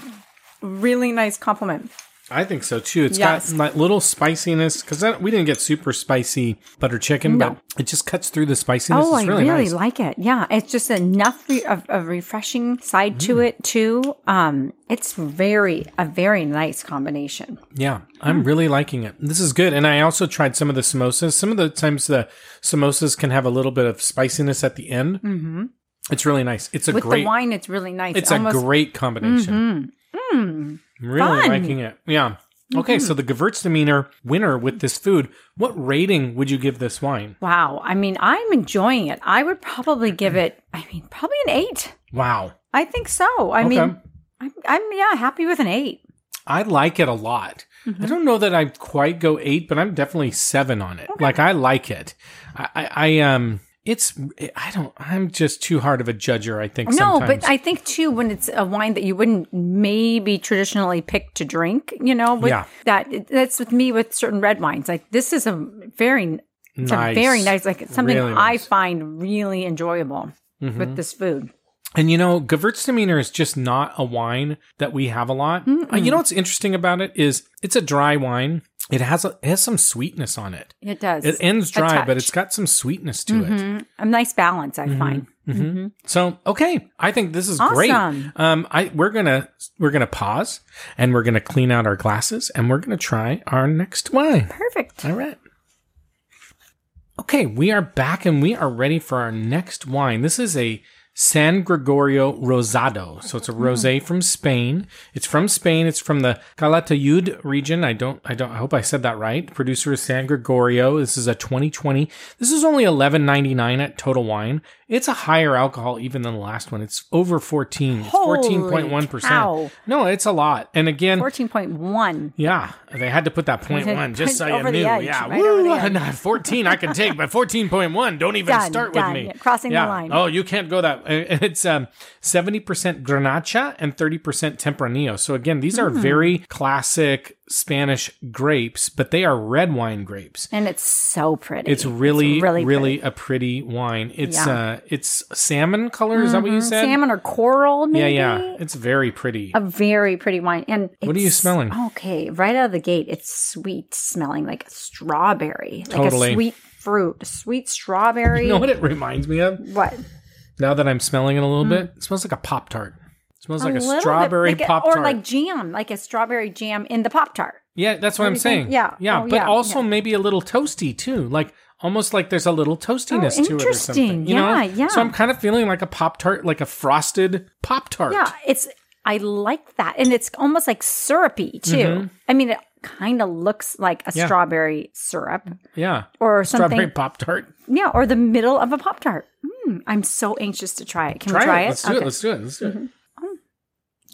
[SPEAKER 2] really nice compliment.
[SPEAKER 1] I think so too. It's
[SPEAKER 2] Yes.
[SPEAKER 1] got like little spiciness because we didn't get super spicy butter chicken,
[SPEAKER 2] No.
[SPEAKER 1] but it just cuts through the spiciness.
[SPEAKER 2] Oh,
[SPEAKER 1] it's really,
[SPEAKER 2] I really
[SPEAKER 1] nice.
[SPEAKER 2] like it. Yeah, it's just enough re- of a refreshing side to
[SPEAKER 1] Mm.
[SPEAKER 2] it too. Um, it's very a very nice combination.
[SPEAKER 1] yeah, I'm really liking it. This is good. And I also tried some of the samosas. Some of the times the samosas can have a little bit of spiciness at the end. Mm-hmm. It's really nice. It's a
[SPEAKER 2] With
[SPEAKER 1] great.
[SPEAKER 2] the wine, it's really nice.
[SPEAKER 1] it's
[SPEAKER 2] almost Mm-hmm. Mm.
[SPEAKER 1] a great combination. really
[SPEAKER 2] fun. Mm-hmm.
[SPEAKER 1] liking it. Yeah. Okay, so the Gewürztraminer winner with this food. What rating would you give this wine?
[SPEAKER 2] Wow. I mean, I'm enjoying it. I would probably give it, I mean, probably an eight.
[SPEAKER 1] Wow.
[SPEAKER 2] I think so. I
[SPEAKER 1] Okay.
[SPEAKER 2] mean, I'm, I'm, yeah, happy with an eight.
[SPEAKER 1] I like it a lot.
[SPEAKER 2] Mm-hmm.
[SPEAKER 1] I don't know that I quite go eight, but I'm definitely seven on it. Like I like it. I, I, I um, it's I don't. I'm just too hard of a judger. I think.
[SPEAKER 2] No,
[SPEAKER 1] sometimes.
[SPEAKER 2] but I think too when it's a wine that you wouldn't maybe traditionally pick to drink, you know, with
[SPEAKER 1] Yeah.
[SPEAKER 2] that that's with me with certain red wines. Like this is a very it's a very nice like it's something
[SPEAKER 1] Really
[SPEAKER 2] I
[SPEAKER 1] nice. Mm-hmm.
[SPEAKER 2] find really enjoyable with this food.
[SPEAKER 1] And you know, Gewürztraminer is just not a wine that we have a lot. Uh, You know what's interesting about it is it's a dry wine. It has a, it has some sweetness on it.
[SPEAKER 2] It does.
[SPEAKER 1] It ends
[SPEAKER 2] A
[SPEAKER 1] dry, but
[SPEAKER 2] touch. Mm-hmm.
[SPEAKER 1] it's got some sweetness to it.
[SPEAKER 2] a nice balance,
[SPEAKER 1] Mm-hmm.
[SPEAKER 2] I find.
[SPEAKER 1] So okay, I think this is great.
[SPEAKER 2] Awesome.
[SPEAKER 1] Um, I we're gonna we're gonna pause and we're gonna clean out our glasses and we're gonna try our next wine.
[SPEAKER 2] Perfect.
[SPEAKER 1] All right. Okay, we are back and we are ready for our next wine. This is a San Gregorio Rosado. So it's a
[SPEAKER 2] Hmm.
[SPEAKER 1] rosé from Spain. It's from Spain. It's from the Calatayud region. I don't I don't I hope I said that right. Producer is San Gregorio. This is a 2020. This is only 11.99 at Total Wine. It's a higher alcohol even than the last one. It's over 14. It's
[SPEAKER 2] Holy
[SPEAKER 1] 14.1%.
[SPEAKER 2] cow.
[SPEAKER 1] No, it's a lot. And again,
[SPEAKER 2] Fourteen point one.
[SPEAKER 1] yeah, they had to put that point
[SPEAKER 2] They
[SPEAKER 1] one just so
[SPEAKER 2] put it
[SPEAKER 1] you
[SPEAKER 2] over the
[SPEAKER 1] knew.
[SPEAKER 2] edge,
[SPEAKER 1] yeah,
[SPEAKER 2] right over the
[SPEAKER 1] Woo,
[SPEAKER 2] edge. (laughs)
[SPEAKER 1] not fourteen I can take, but fourteen point one don't even
[SPEAKER 2] Done,
[SPEAKER 1] start
[SPEAKER 2] done.
[SPEAKER 1] with me.
[SPEAKER 2] Crossing the
[SPEAKER 1] Yeah.
[SPEAKER 2] line.
[SPEAKER 1] Oh, you can't go that. (laughs) and It's um seventy percent Grenache and thirty percent Tempranillo. So again, these
[SPEAKER 2] Hmm.
[SPEAKER 1] are very classic Spanish grapes, but they are red wine grapes.
[SPEAKER 2] And it's so pretty.
[SPEAKER 1] It's really, really,
[SPEAKER 2] really
[SPEAKER 1] a pretty wine. It's
[SPEAKER 2] Yeah. Mm-hmm.
[SPEAKER 1] uh, it's salmon color. Is that what you said?
[SPEAKER 2] salmon or coral,
[SPEAKER 1] Yeah,
[SPEAKER 2] maybe.
[SPEAKER 1] yeah. It's very pretty.
[SPEAKER 2] a very pretty wine. And
[SPEAKER 1] What are you
[SPEAKER 2] it's-
[SPEAKER 1] smelling?
[SPEAKER 2] Okay, right out of the gate, it's sweet smelling like strawberry, like
[SPEAKER 1] Totally.
[SPEAKER 2] a sweet fruit, sweet strawberry.
[SPEAKER 1] you know what it reminds me of?
[SPEAKER 2] what?
[SPEAKER 1] Now that I'm smelling it a little bit, it smells like a Pop Tart. smells like a
[SPEAKER 2] Mm. little bit
[SPEAKER 1] strawberry
[SPEAKER 2] like a-
[SPEAKER 1] Pop
[SPEAKER 2] or
[SPEAKER 1] Tart.
[SPEAKER 2] like jam, like a strawberry jam in the pop tart.
[SPEAKER 1] yeah, that's what I'm
[SPEAKER 2] you think?
[SPEAKER 1] saying.
[SPEAKER 2] Yeah.
[SPEAKER 1] Yeah.
[SPEAKER 2] Oh,
[SPEAKER 1] but
[SPEAKER 2] yeah,
[SPEAKER 1] also maybe a little toasty too. Like almost like there's a little toastiness to it or something.
[SPEAKER 2] Oh, interesting.
[SPEAKER 1] You know?
[SPEAKER 2] Yeah, yeah.
[SPEAKER 1] So I'm kind of feeling like a Pop Tart, like a frosted Pop Tart.
[SPEAKER 2] Yeah, it's. I like that, and it's almost like syrupy too. I mean, it kind of looks like a
[SPEAKER 1] Mm-hmm. Yeah.
[SPEAKER 2] strawberry syrup
[SPEAKER 1] Yeah.
[SPEAKER 2] or something.
[SPEAKER 1] Strawberry Pop Tart.
[SPEAKER 2] Yeah, or the middle of a pop tart. Mm, I'm so anxious to try it. Can we try it? Mm-hmm.
[SPEAKER 1] Let's do it. Let's do it. Let's do it.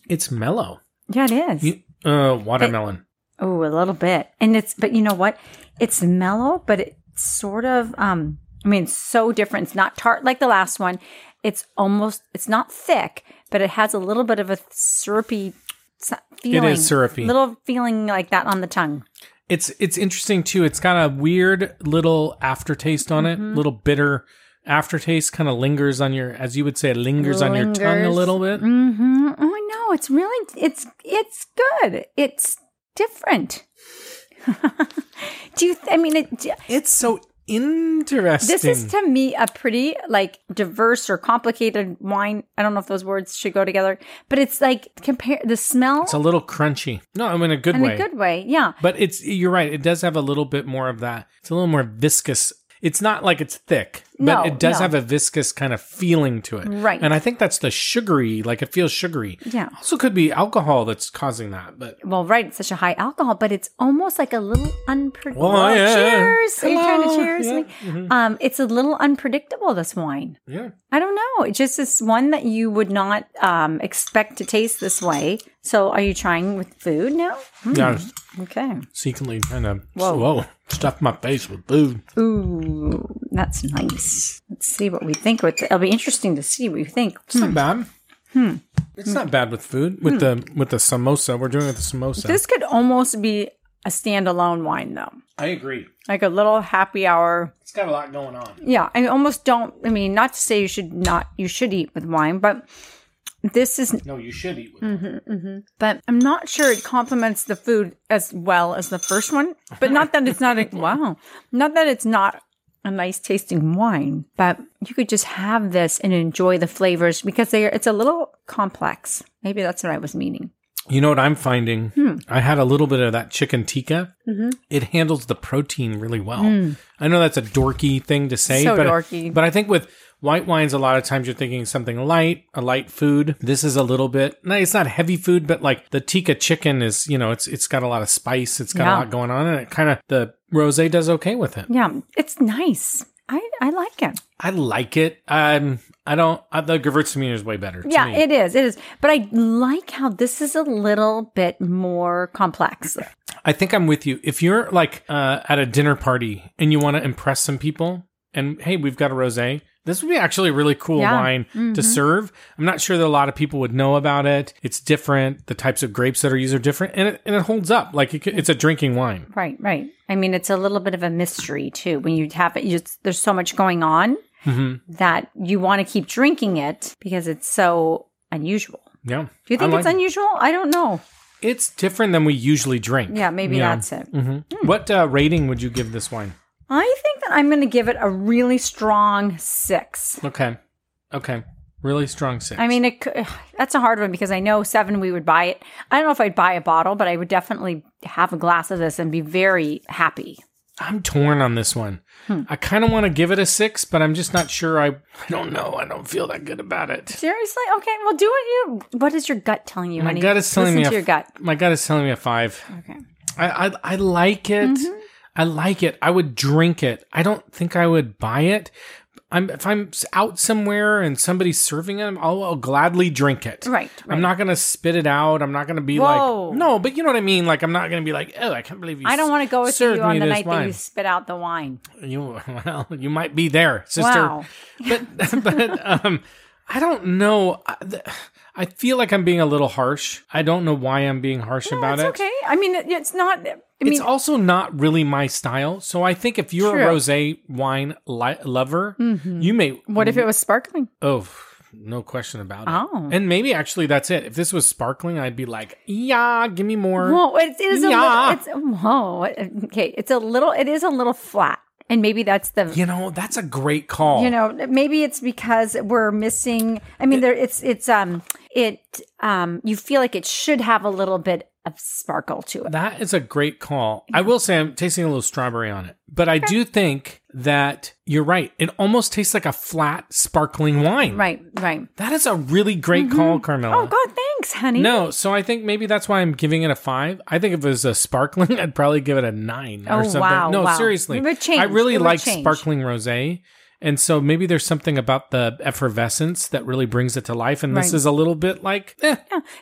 [SPEAKER 1] It's mellow.
[SPEAKER 2] Yeah, it is.
[SPEAKER 1] You- Uh, watermelon.
[SPEAKER 2] Oh, a little bit. And it's, but you know what? It's mellow, but it's sort of, um, I mean, it's so different. It's not tart like the last one. It's almost, it's not thick, but it has a little bit of a syrupy s- feeling.
[SPEAKER 1] syrupy.
[SPEAKER 2] Little feeling like that on the tongue.
[SPEAKER 1] It's it's interesting too. It's got a weird little aftertaste on
[SPEAKER 2] Mm-hmm.
[SPEAKER 1] it, little bitter aftertaste kind of lingers on your as you would say it lingers, on your tongue a
[SPEAKER 2] Lingers.
[SPEAKER 1] little bit.
[SPEAKER 2] Mm-hmm. Oh, I know. It's really, it's, it's good. It's different. (laughs) do you, th- I mean, it, d-
[SPEAKER 1] It's so interesting.
[SPEAKER 2] This is to me a pretty like diverse or complicated wine. I don't know if those words should go together, but it's like compare the smell
[SPEAKER 1] it's a little crunchy. No, I'm in a good
[SPEAKER 2] in
[SPEAKER 1] way.
[SPEAKER 2] a good way. Yeah.
[SPEAKER 1] but it's you're right. It does have a little bit more of that. It's a little more viscous. It's not like it's thick, but
[SPEAKER 2] No,
[SPEAKER 1] it does
[SPEAKER 2] no.
[SPEAKER 1] have a viscous kind of feeling to it.
[SPEAKER 2] Right.
[SPEAKER 1] And I think that's the sugary, like it feels sugary.
[SPEAKER 2] Yeah.
[SPEAKER 1] Also could be alcohol that's causing that, but
[SPEAKER 2] Well, right, it's such a high alcohol, but it's almost like a little unpredictable.
[SPEAKER 1] Well, yeah.
[SPEAKER 2] Cheers! Are you trying to
[SPEAKER 1] Hello.
[SPEAKER 2] cheers
[SPEAKER 1] Yeah. Mm-hmm.
[SPEAKER 2] me? Um, it's a little unpredictable. This wine,
[SPEAKER 1] yeah.
[SPEAKER 2] I don't know. It just is one that you would not um, expect to taste this way. So, are you trying with food now? Hmm,
[SPEAKER 1] Yeah.
[SPEAKER 2] Okay.
[SPEAKER 1] secretly trying to whoa.
[SPEAKER 2] Whoa.
[SPEAKER 1] stuff my face with food.
[SPEAKER 2] Ooh, that's nice. Let's see what we think with. It'll be interesting to see what you think.
[SPEAKER 1] It's not bad.
[SPEAKER 2] Hmm.
[SPEAKER 1] It's not bad with food with the with the samosa. We're doing it with the samosa.
[SPEAKER 2] This could almost be a standalone wine, though,
[SPEAKER 1] I agree.
[SPEAKER 2] like a little happy hour.
[SPEAKER 1] It's got a lot going on.
[SPEAKER 2] Yeah, I almost don't. I mean, not to say you should not. You should eat with wine, but this is.
[SPEAKER 1] No, you should eat with.
[SPEAKER 2] Hmm. But I'm not sure it complements the food as well as the first one. But not that it's not a wow. Not that it's not a nice tasting wine, but you could just have this and enjoy the flavors because they are. It's a little complex. Maybe that's what I was meaning.
[SPEAKER 1] You know what I'm finding?
[SPEAKER 2] Hmm.
[SPEAKER 1] I had a little bit of that chicken tikka.
[SPEAKER 2] Mm-hmm.
[SPEAKER 1] It handles the protein really well. I know that's a dorky thing to say,
[SPEAKER 2] Hmm. So
[SPEAKER 1] but
[SPEAKER 2] dorky.
[SPEAKER 1] but I think with White wines, a lot of times you're thinking something light, a light food. This is a little bit, no, it's not heavy food, but like the tikka chicken is, you know, it's it's got a lot of spice, it's got a
[SPEAKER 2] Yeah.
[SPEAKER 1] lot going on, and it kind of the rosé does okay with it.
[SPEAKER 2] Yeah, it's nice. I, I like it.
[SPEAKER 1] I like it. Um, I don't. Uh, the Gewürztraminer is way better. to
[SPEAKER 2] Yeah,
[SPEAKER 1] me.
[SPEAKER 2] it is. It is. But I like how this is a little bit more complex.
[SPEAKER 1] I think I'm with you. If you're like uh, at a dinner party and you want to impress some people, and hey, we've got a rosé. This would be actually a really cool
[SPEAKER 2] Yeah. Mm-hmm.
[SPEAKER 1] wine to serve. I'm not sure that a lot of people would know about it. It's different. The types of grapes that are used are different, and it, and it holds up. Like it, c- it's a drinking wine.
[SPEAKER 2] Right, right. I mean, it's a little bit of a mystery too. When you have it, you just, there's so much going on
[SPEAKER 1] Mm-hmm.
[SPEAKER 2] that you want to keep drinking it because it's so unusual.
[SPEAKER 1] Yeah.
[SPEAKER 2] Do you think it's unusual? I don't know.
[SPEAKER 1] it's different than we usually drink?
[SPEAKER 2] Yeah, maybe
[SPEAKER 1] Yeah.
[SPEAKER 2] that's Hmm. it.
[SPEAKER 1] What uh, rating would you give this wine?
[SPEAKER 2] I think that I'm going to give it a really strong six.
[SPEAKER 1] Okay. Okay. Really strong six.
[SPEAKER 2] I mean, it, cou- that's a hard one because I know seven we would buy it. I don't know if I'd buy a bottle, but I would definitely have a glass of this and be very happy.
[SPEAKER 1] I'm torn on this one.
[SPEAKER 2] Hmm.
[SPEAKER 1] I kind of want to give it a six, but I'm just not sure. I I don't know. I don't feel that good about it.
[SPEAKER 2] Seriously? Okay, well, do what you. What is your gut telling you?
[SPEAKER 1] My
[SPEAKER 2] honey?
[SPEAKER 1] gut is telling
[SPEAKER 2] Listen
[SPEAKER 1] me
[SPEAKER 2] to
[SPEAKER 1] a-
[SPEAKER 2] your gut.
[SPEAKER 1] My gut is telling me a five.
[SPEAKER 2] Okay.
[SPEAKER 1] I I, I like it.
[SPEAKER 2] Mm-hmm.
[SPEAKER 1] I like it. I would drink it. I don't think I would buy it. I'm if I'm s- out somewhere and somebody's serving it, I'll, I'll gladly drink it.
[SPEAKER 2] Right, right.
[SPEAKER 1] I'm not gonna spit it out. I'm not gonna be
[SPEAKER 2] Whoa.
[SPEAKER 1] like no, but you know what I mean. Like I'm not gonna be like oh, I can't believe you.
[SPEAKER 2] I don't want to go with you on the night that
[SPEAKER 1] wine.
[SPEAKER 2] you spit out the wine.
[SPEAKER 1] You (laughs) well, you might be there, sister.
[SPEAKER 2] Wow.
[SPEAKER 1] But but um, I don't know. I, th- I feel like I'm being a little harsh. I don't know why I'm being harsh about
[SPEAKER 2] That's
[SPEAKER 1] it.
[SPEAKER 2] okay. I mean, it- it's not. I
[SPEAKER 1] It's
[SPEAKER 2] mean,
[SPEAKER 1] also not really my style. So I think if you're a
[SPEAKER 2] True. Mm-hmm.
[SPEAKER 1] rosé wine li- lover, you may
[SPEAKER 2] what if it was sparkling?
[SPEAKER 1] oh. No question about it.
[SPEAKER 2] Oh.
[SPEAKER 1] And maybe actually that's it. If this was sparkling, I'd be like, yeah, give me more.
[SPEAKER 2] Whoa, it is a
[SPEAKER 1] Yeah.
[SPEAKER 2] little. It's, whoa. Okay, it's a little. It is a little flat, and maybe that's the.
[SPEAKER 1] You know, that's a great call.
[SPEAKER 2] You know, maybe it's because we're missing. I mean, there. It's it's um it um you feel like it should have a little bit of sparkle to it.
[SPEAKER 1] That is a great call. I will say I'm tasting a little strawberry on it, but I do think that you're right. It almost tastes like a flat, sparkling wine.
[SPEAKER 2] Right, right.
[SPEAKER 1] That is a really great call, Carmela.
[SPEAKER 2] Oh God, thanks, honey.
[SPEAKER 1] No, so I think maybe that's why I'm giving it a five. I think if it was a sparkling, (laughs) I'd probably give it a nine
[SPEAKER 2] Oh,
[SPEAKER 1] or something.
[SPEAKER 2] wow,
[SPEAKER 1] no,
[SPEAKER 2] wow.
[SPEAKER 1] seriously,
[SPEAKER 2] It would change.
[SPEAKER 1] I really
[SPEAKER 2] It would
[SPEAKER 1] like
[SPEAKER 2] change.
[SPEAKER 1] sparkling rosé, and so maybe there's something about the effervescence that really brings it to life. And this
[SPEAKER 2] Right.
[SPEAKER 1] is a little bit like, eh,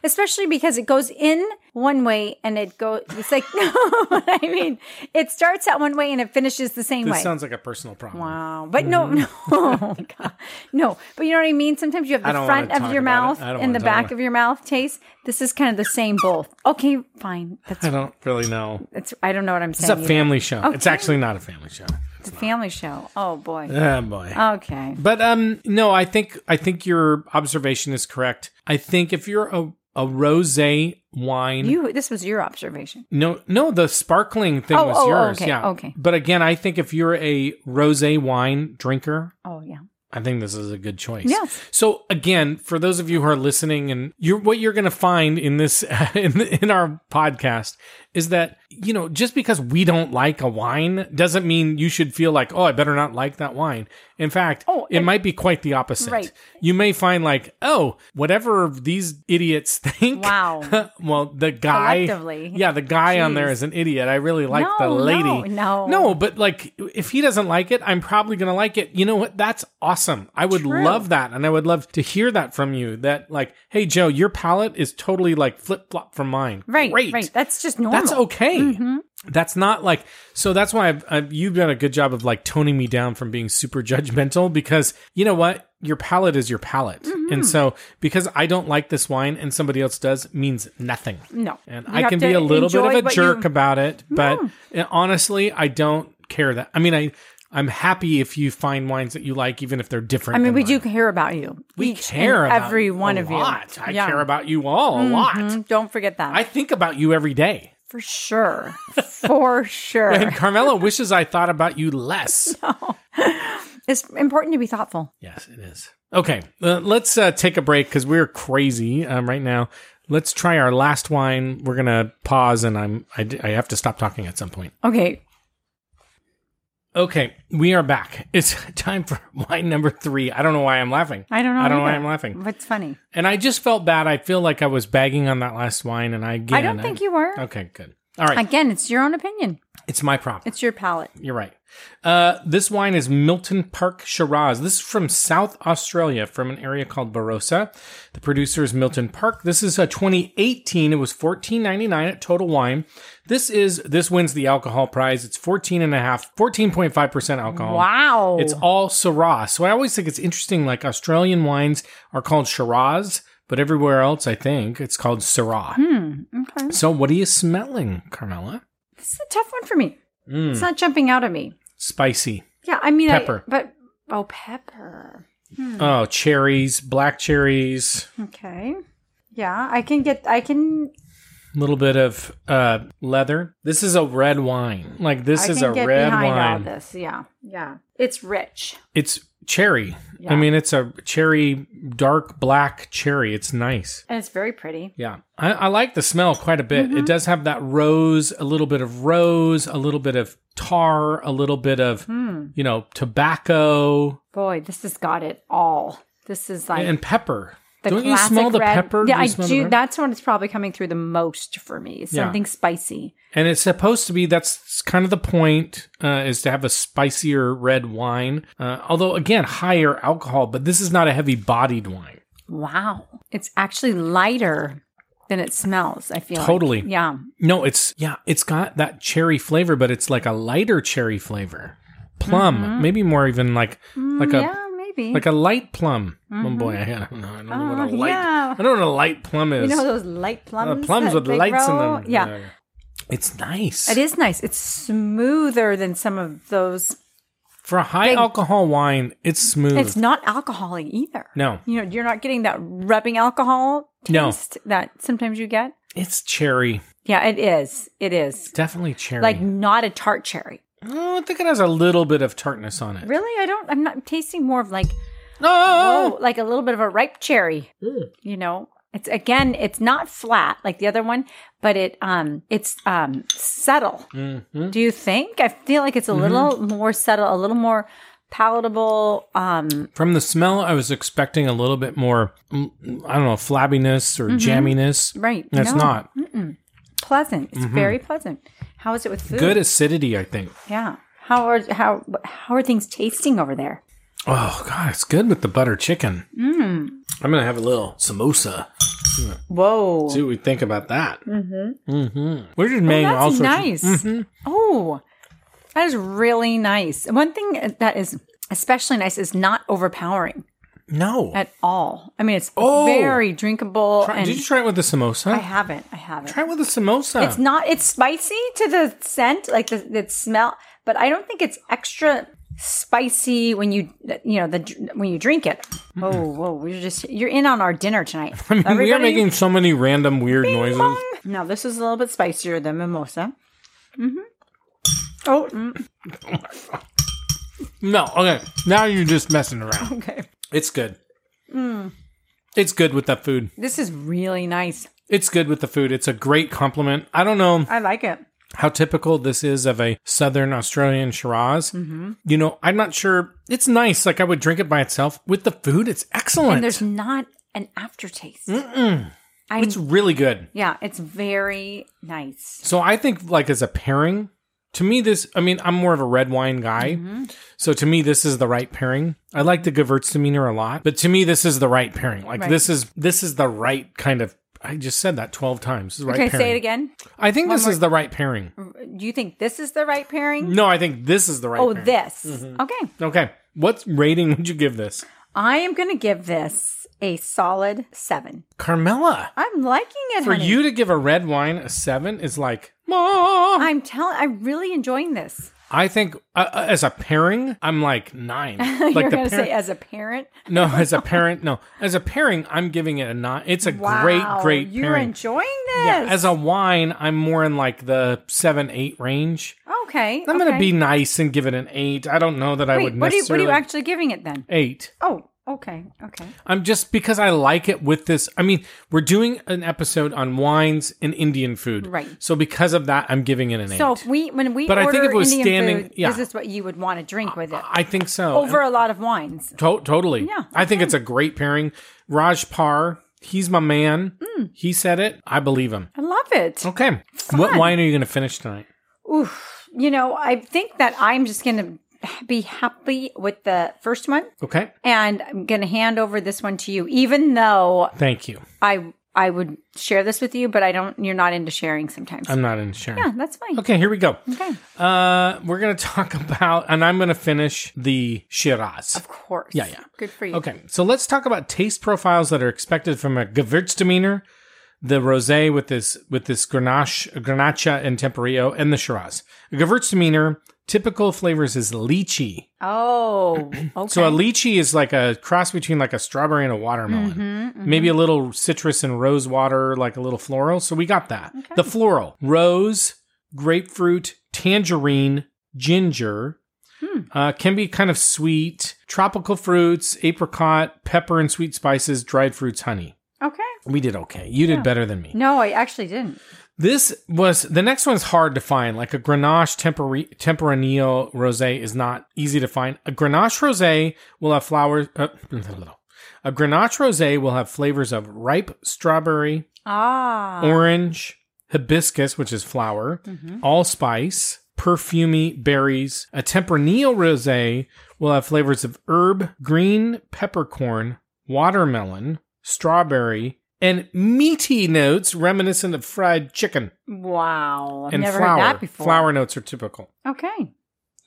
[SPEAKER 2] especially because it goes in one way and it goes it's like (laughs) no i mean it starts out one way and it finishes the same
[SPEAKER 1] this
[SPEAKER 2] way
[SPEAKER 1] sounds Mm-hmm. like a personal problem.
[SPEAKER 2] wow but no (laughs) no oh my God. no but you know what i mean sometimes you have
[SPEAKER 1] I
[SPEAKER 2] the
[SPEAKER 1] don't
[SPEAKER 2] front
[SPEAKER 1] wanna
[SPEAKER 2] of
[SPEAKER 1] talk
[SPEAKER 2] your
[SPEAKER 1] about it.
[SPEAKER 2] mouth
[SPEAKER 1] I don't
[SPEAKER 2] and
[SPEAKER 1] wanna
[SPEAKER 2] the
[SPEAKER 1] talk
[SPEAKER 2] back
[SPEAKER 1] about-
[SPEAKER 2] of your mouth taste this is kind of the same both okay fine that's
[SPEAKER 1] I don't really know.
[SPEAKER 2] that's i don't know what i'm
[SPEAKER 1] It's a
[SPEAKER 2] saying
[SPEAKER 1] family show. It's
[SPEAKER 2] Okay.
[SPEAKER 1] actually not a family show.
[SPEAKER 2] it's a family show oh boy
[SPEAKER 1] Oh boy.
[SPEAKER 2] okay
[SPEAKER 1] But um no, I think I think your observation is correct. I think if you're a a rosé wine
[SPEAKER 2] you this was your observation
[SPEAKER 1] No, no, the sparkling thing
[SPEAKER 2] Oh,
[SPEAKER 1] was
[SPEAKER 2] oh, oh,
[SPEAKER 1] yours.
[SPEAKER 2] okay,
[SPEAKER 1] yeah.
[SPEAKER 2] okay.
[SPEAKER 1] But again, I think if you're a rosé wine drinker,
[SPEAKER 2] oh yeah
[SPEAKER 1] I think this is a good choice.
[SPEAKER 2] Yes.
[SPEAKER 1] So again, for those of you who are listening, and you're what you're going to find in this (laughs) in in our podcast is that you know just because we don't like a wine doesn't mean you should feel like oh I better not like that wine. In fact,
[SPEAKER 2] Oh,
[SPEAKER 1] it
[SPEAKER 2] and-
[SPEAKER 1] might be quite the opposite.
[SPEAKER 2] Right.
[SPEAKER 1] You may find like oh whatever these idiots (laughs) think.
[SPEAKER 2] Wow.
[SPEAKER 1] (laughs) well, the guy.
[SPEAKER 2] Collectively.
[SPEAKER 1] Yeah, the guy on there
[SPEAKER 2] Jeez.
[SPEAKER 1] is an idiot. I really like the
[SPEAKER 2] No,
[SPEAKER 1] lady.
[SPEAKER 2] no, no.
[SPEAKER 1] No, but like if he doesn't like it, I'm probably going to like it. You know what? That's awesome. I would
[SPEAKER 2] True.
[SPEAKER 1] love that. And I would love to hear that from you that, like, hey, Joe, your palette is totally like flip flop from mine.
[SPEAKER 2] right
[SPEAKER 1] Great.
[SPEAKER 2] right Oh. Mm-hmm. that's just normal
[SPEAKER 1] That's okay. That's not like so. That's why I've, I've you've done a good job of like toning me down from being super judgmental because you know what your palate is your palate,
[SPEAKER 2] Mm-hmm.
[SPEAKER 1] and so because I don't like this wine and somebody else does means nothing.
[SPEAKER 2] no
[SPEAKER 1] And
[SPEAKER 2] You
[SPEAKER 1] I
[SPEAKER 2] have
[SPEAKER 1] can
[SPEAKER 2] to
[SPEAKER 1] be a little bit of
[SPEAKER 2] enjoy
[SPEAKER 1] a
[SPEAKER 2] what
[SPEAKER 1] jerk
[SPEAKER 2] you-
[SPEAKER 1] about it, but uh, honestly, I don't care that. I mean, I I'm happy if you find wines that you like, even if they're different.
[SPEAKER 2] I mean, we do care about you.
[SPEAKER 1] We
[SPEAKER 2] Each and
[SPEAKER 1] care about
[SPEAKER 2] every
[SPEAKER 1] you
[SPEAKER 2] one
[SPEAKER 1] a
[SPEAKER 2] of
[SPEAKER 1] lot.
[SPEAKER 2] you.
[SPEAKER 1] I
[SPEAKER 2] Yeah.
[SPEAKER 1] care about you all a lot.
[SPEAKER 2] Mm, Don't forget that.
[SPEAKER 1] I think about you every day.
[SPEAKER 2] For sure.
[SPEAKER 1] (laughs)
[SPEAKER 2] For sure.
[SPEAKER 1] And Carmela wishes I thought about you less.
[SPEAKER 2] (laughs) it's important to be thoughtful.
[SPEAKER 1] Yes, it is. Okay, uh, let's uh, take a break because we're crazy um, right now. Let's try our last wine. We're gonna pause, and I'm I, d- I have to stop talking at some point.
[SPEAKER 2] Okay.
[SPEAKER 1] Okay, we are back. (laughs) It's time for wine number three. I don't know why I'm laughing.
[SPEAKER 2] I don't know.
[SPEAKER 1] I don't know why
[SPEAKER 2] either.
[SPEAKER 1] I'm laughing.
[SPEAKER 2] What's funny?
[SPEAKER 1] And I just felt bad. I feel like I was bagging on that last wine, and I again,
[SPEAKER 2] I don't think you were.
[SPEAKER 1] Okay, good. All right,
[SPEAKER 2] Again, it's your own opinion.
[SPEAKER 1] it's my problem.
[SPEAKER 2] It's your palate.
[SPEAKER 1] You're right. Uh, this wine is Milton Park Shiraz. This is from South Australia, from an area called Barossa. The producer is Milton Park. This is a 2018. It was 14.99 at Total Wine. This is this wins the alcohol prize. It's 14 and a half, 14.5 percent alcohol.
[SPEAKER 2] Wow.
[SPEAKER 1] It's all Syrah. So I always think it's interesting. Like Australian wines are called Shiraz, but everywhere else, I think it's called Syrah.
[SPEAKER 2] Hmm. okay.
[SPEAKER 1] So what are you smelling, Carmela?
[SPEAKER 2] This is a tough one for me.
[SPEAKER 1] Mm.
[SPEAKER 2] It's not jumping out at me.
[SPEAKER 1] Spicy.
[SPEAKER 2] Yeah, I mean, I-
[SPEAKER 1] Pepper.
[SPEAKER 2] but oh, pepper.
[SPEAKER 1] Oh, cherries, black cherries,
[SPEAKER 2] Okay. Yeah, I can get. I can.
[SPEAKER 1] a little bit of uh, leather. This is a red wine. Like this
[SPEAKER 2] I
[SPEAKER 1] is
[SPEAKER 2] can
[SPEAKER 1] a
[SPEAKER 2] get
[SPEAKER 1] red
[SPEAKER 2] behind all
[SPEAKER 1] wine.
[SPEAKER 2] this. Yeah, yeah. It's rich.
[SPEAKER 1] It's cherry.
[SPEAKER 2] Yeah.
[SPEAKER 1] I mean, it's a cherry, dark black cherry. It's nice.
[SPEAKER 2] and it's very pretty.
[SPEAKER 1] Yeah, I, I like the smell quite a bit.
[SPEAKER 2] Mm-hmm.
[SPEAKER 1] It does have that rose, a little bit of rose, a little bit of tar, a little bit of
[SPEAKER 2] Hmm.
[SPEAKER 1] you know tobacco
[SPEAKER 2] Boy, this has got it all. This is like
[SPEAKER 1] and pepper.
[SPEAKER 2] the
[SPEAKER 1] Don't you
[SPEAKER 2] classic
[SPEAKER 1] smell the
[SPEAKER 2] red.
[SPEAKER 1] pepper?
[SPEAKER 2] Yeah,
[SPEAKER 1] you
[SPEAKER 2] I
[SPEAKER 1] smell the
[SPEAKER 2] do.
[SPEAKER 1] red?
[SPEAKER 2] That's when it's probably coming through the most for me. Something spicy.
[SPEAKER 1] And it's supposed to be that's kind of the point uh, is to have a spicier red wine, uh, although again higher alcohol. But this is not a heavy bodied wine.
[SPEAKER 2] Wow, it's actually lighter than it smells. I feel like.
[SPEAKER 1] Totally.
[SPEAKER 2] Yeah,
[SPEAKER 1] No, it's yeah, it's got that cherry flavor, but it's like a lighter cherry flavor, plum,
[SPEAKER 2] Mm-hmm.
[SPEAKER 1] maybe more even like like a
[SPEAKER 2] yeah, maybe.
[SPEAKER 1] like a light plum. Oh boy, I don't know. I don't know what a
[SPEAKER 2] Mm-hmm. Oh,
[SPEAKER 1] light.
[SPEAKER 2] yeah.
[SPEAKER 1] I don't know what a light plum
[SPEAKER 2] you
[SPEAKER 1] is.
[SPEAKER 2] know those light plums.
[SPEAKER 1] Uh, plums
[SPEAKER 2] that
[SPEAKER 1] with
[SPEAKER 2] big
[SPEAKER 1] lights in
[SPEAKER 2] row?
[SPEAKER 1] them.
[SPEAKER 2] Yeah.
[SPEAKER 1] It's nice.
[SPEAKER 2] It is nice. It's smoother than some of those.
[SPEAKER 1] For a high alcohol wine, it's smooth.
[SPEAKER 2] It's not alcoholic either.
[SPEAKER 1] no,
[SPEAKER 2] You know, you're not getting that rubbing alcohol
[SPEAKER 1] No.
[SPEAKER 2] taste that sometimes you get.
[SPEAKER 1] it's cherry.
[SPEAKER 2] Yeah, it is. It is.
[SPEAKER 1] Definitely cherry.
[SPEAKER 2] Like not a tart cherry.
[SPEAKER 1] Oh, I think it has a little bit of tartness on it.
[SPEAKER 2] Really? I don't I'm not I'm tasting more
[SPEAKER 1] (gasps)
[SPEAKER 2] of like
[SPEAKER 1] Oh,
[SPEAKER 2] oh, like a little bit of a ripe cherry. You know? It's again, it's not flat like the other one, but it um it's um subtle.
[SPEAKER 1] Mm-hmm.
[SPEAKER 2] Do you think? I feel like it's a little more subtle, a little more palatable um
[SPEAKER 1] from the smell, I was expecting a little bit more. mm, I don't know, flabbiness or jamminess.
[SPEAKER 2] Mm-hmm. right.
[SPEAKER 1] That's
[SPEAKER 2] No. Mm.
[SPEAKER 1] not Mm-hmm.
[SPEAKER 2] pleasant. It's very pleasant. How is it with food?
[SPEAKER 1] good acidity. I think.
[SPEAKER 2] Yeah. How are how how are things tasting over there?
[SPEAKER 1] Oh God, it's good with the butter chicken. Mm. I'm gonna have a little samosa.
[SPEAKER 2] Whoa.
[SPEAKER 1] See what we think about that. Mm-hmm. Mm-hmm. Where did Mang
[SPEAKER 2] That's
[SPEAKER 1] also?
[SPEAKER 2] nice.
[SPEAKER 1] Mm-hmm.
[SPEAKER 2] Oh, that is really nice. One thing that is especially nice is not overpowering
[SPEAKER 1] No.
[SPEAKER 2] at all. I mean, it's
[SPEAKER 1] Oh.
[SPEAKER 2] very drinkable.
[SPEAKER 1] Try-
[SPEAKER 2] and
[SPEAKER 1] Did you try it with the samosa?
[SPEAKER 2] I haven't. I haven't.
[SPEAKER 1] try it with the samosa. (laughs)
[SPEAKER 2] it's not. It's spicy to the scent, like the, the smell, but I don't think it's extra spicy when you you know the dr- when you drink it. Oh, whoa! We're just you're in on our dinner tonight. I
[SPEAKER 1] Mm-hmm. (laughs) we are making so many random weird noises.
[SPEAKER 2] Now this is a little bit spicier than mimosa. Mm-hmm. Oh, mm,
[SPEAKER 1] (laughs) No, okay. Now you're just messing around.
[SPEAKER 2] okay.
[SPEAKER 1] It's good.
[SPEAKER 2] Mm.
[SPEAKER 1] It's good with the food.
[SPEAKER 2] This is really nice.
[SPEAKER 1] It's good with the food. It's a great compliment. I don't know
[SPEAKER 2] I like it.
[SPEAKER 1] how typical this is of a Southern Australian Shiraz. Mm-hmm. You know, I'm not sure. It's nice. Like I would drink it by itself. With the food, it's excellent.
[SPEAKER 2] And there's not an aftertaste. I'm-
[SPEAKER 1] it's really good.
[SPEAKER 2] yeah, it's very nice.
[SPEAKER 1] So I think, like as a pairing, to me, this. I mean, I'm more of a red wine guy.
[SPEAKER 2] Mm-hmm.
[SPEAKER 1] So to me, this is the right pairing. I like the Gewürztraminer a lot, but to me, this is the right pairing. Like
[SPEAKER 2] Right.
[SPEAKER 1] this is this is the right kind of. I just said that 12 times. The right
[SPEAKER 2] okay,
[SPEAKER 1] pairing.
[SPEAKER 2] say it again. Mm.
[SPEAKER 1] I think this is the right pairing.
[SPEAKER 2] Do you think this is the right pairing?
[SPEAKER 1] No, I think this is the Mm-hmm. right
[SPEAKER 2] Oh,
[SPEAKER 1] pairing. Mm-hmm.
[SPEAKER 2] this. Okay.
[SPEAKER 1] Okay. What rating would you give this?
[SPEAKER 2] I am going to give this a solid seven.
[SPEAKER 1] Carmela.
[SPEAKER 2] I'm liking it,
[SPEAKER 1] For
[SPEAKER 2] honey.
[SPEAKER 1] you to give a red wine a seven is like, Mom.
[SPEAKER 2] I'm telling. I'm really enjoying this. (laughs)
[SPEAKER 1] I think uh, uh, as a pairing, I'm like nine. Like
[SPEAKER 2] (laughs) You're going to
[SPEAKER 1] parent-
[SPEAKER 2] say as a parent.
[SPEAKER 1] no, (laughs) as a parent, no, as a pairing, I'm giving it a nine. It's a
[SPEAKER 2] Wow,
[SPEAKER 1] great, great
[SPEAKER 2] You're
[SPEAKER 1] pairing.
[SPEAKER 2] enjoying
[SPEAKER 1] Yeah,
[SPEAKER 2] this.
[SPEAKER 1] as a wine, I'm more in like the seven, eight range.
[SPEAKER 2] okay.
[SPEAKER 1] I'm gonna
[SPEAKER 2] okay.
[SPEAKER 1] be nice and give it an eight. I don't know that I
[SPEAKER 2] Wait,
[SPEAKER 1] would
[SPEAKER 2] what, are you, what are
[SPEAKER 1] necessarily
[SPEAKER 2] you actually giving it then?
[SPEAKER 1] eight.
[SPEAKER 2] Oh, Okay. Okay.
[SPEAKER 1] I'm just because I like it with this. I mean, we're doing an episode on wines and Indian food,
[SPEAKER 2] Right.
[SPEAKER 1] So because of that, I'm giving it an eight.
[SPEAKER 2] So if we when we
[SPEAKER 1] But I
[SPEAKER 2] order
[SPEAKER 1] think if it was
[SPEAKER 2] Indian
[SPEAKER 1] standing-
[SPEAKER 2] food,
[SPEAKER 1] yeah. Ah,
[SPEAKER 2] this is what you would want to drink with it
[SPEAKER 1] I think so.
[SPEAKER 2] over a lot of wines.
[SPEAKER 1] To- totally.
[SPEAKER 2] Yeah,
[SPEAKER 1] I think it's a great pairing. Raj Par, he's my man.
[SPEAKER 2] Mm.
[SPEAKER 1] He said it. I believe him.
[SPEAKER 2] I love it.
[SPEAKER 1] Okay. What wine are you going to finish tonight?
[SPEAKER 2] Oof. You know, I think that I'm just going to be happy with the first one,
[SPEAKER 1] Okay.
[SPEAKER 2] and I'm going to hand over this one to you, even though
[SPEAKER 1] Thank you.
[SPEAKER 2] I I would share this with you, but I don't. You're not into sharing sometimes.
[SPEAKER 1] I'm not in sharing.
[SPEAKER 2] yeah, that's fine.
[SPEAKER 1] Um, Okay, here we go.
[SPEAKER 2] Okay.
[SPEAKER 1] Uh, we're going to (laughs) talk about, and I'm going to finish the Shiraz.
[SPEAKER 2] Of course.
[SPEAKER 1] Yeah, yeah.
[SPEAKER 2] Good for you.
[SPEAKER 1] Okay, so let's talk about taste profiles that are expected from a Gewürztraminer, the rosé with this with this Grenache, Grenache and Temperillo, and the Shiraz. A Gewürztraminer typical flavors is lychee.
[SPEAKER 2] Oh, okay.
[SPEAKER 1] (clears throat) So a lychee is like a cross between like a strawberry and a watermelon.
[SPEAKER 2] Mm-hmm,
[SPEAKER 1] Maybe a little citrus and rose water, like a little floral. So we got that. The floral rose, grapefruit, tangerine, ginger. Uh, can be kind of sweet, tropical fruits, apricot, pepper and sweet spices, dried fruits, honey.
[SPEAKER 2] okay.
[SPEAKER 1] We did okay. You did better than me.
[SPEAKER 2] No, I actually didn't.
[SPEAKER 1] This was the next one's hard to find. Like a Grenache Tempori- Tempranillo rosé is not easy to find. A Grenache rosé will have flowers. Uh, (laughs) a Grenache rosé will have flavors of ripe strawberry,
[SPEAKER 2] Ah.
[SPEAKER 1] orange, hibiscus, which is flower, allspice, perfumy, berries. A Tempranillo rosé will have flavors of herb, green peppercorn, watermelon, strawberry, and meaty notes reminiscent of fried chicken
[SPEAKER 2] wow. I've
[SPEAKER 1] and
[SPEAKER 2] never
[SPEAKER 1] flower.
[SPEAKER 2] heard that before.
[SPEAKER 1] Flower notes are typical.
[SPEAKER 2] Okay.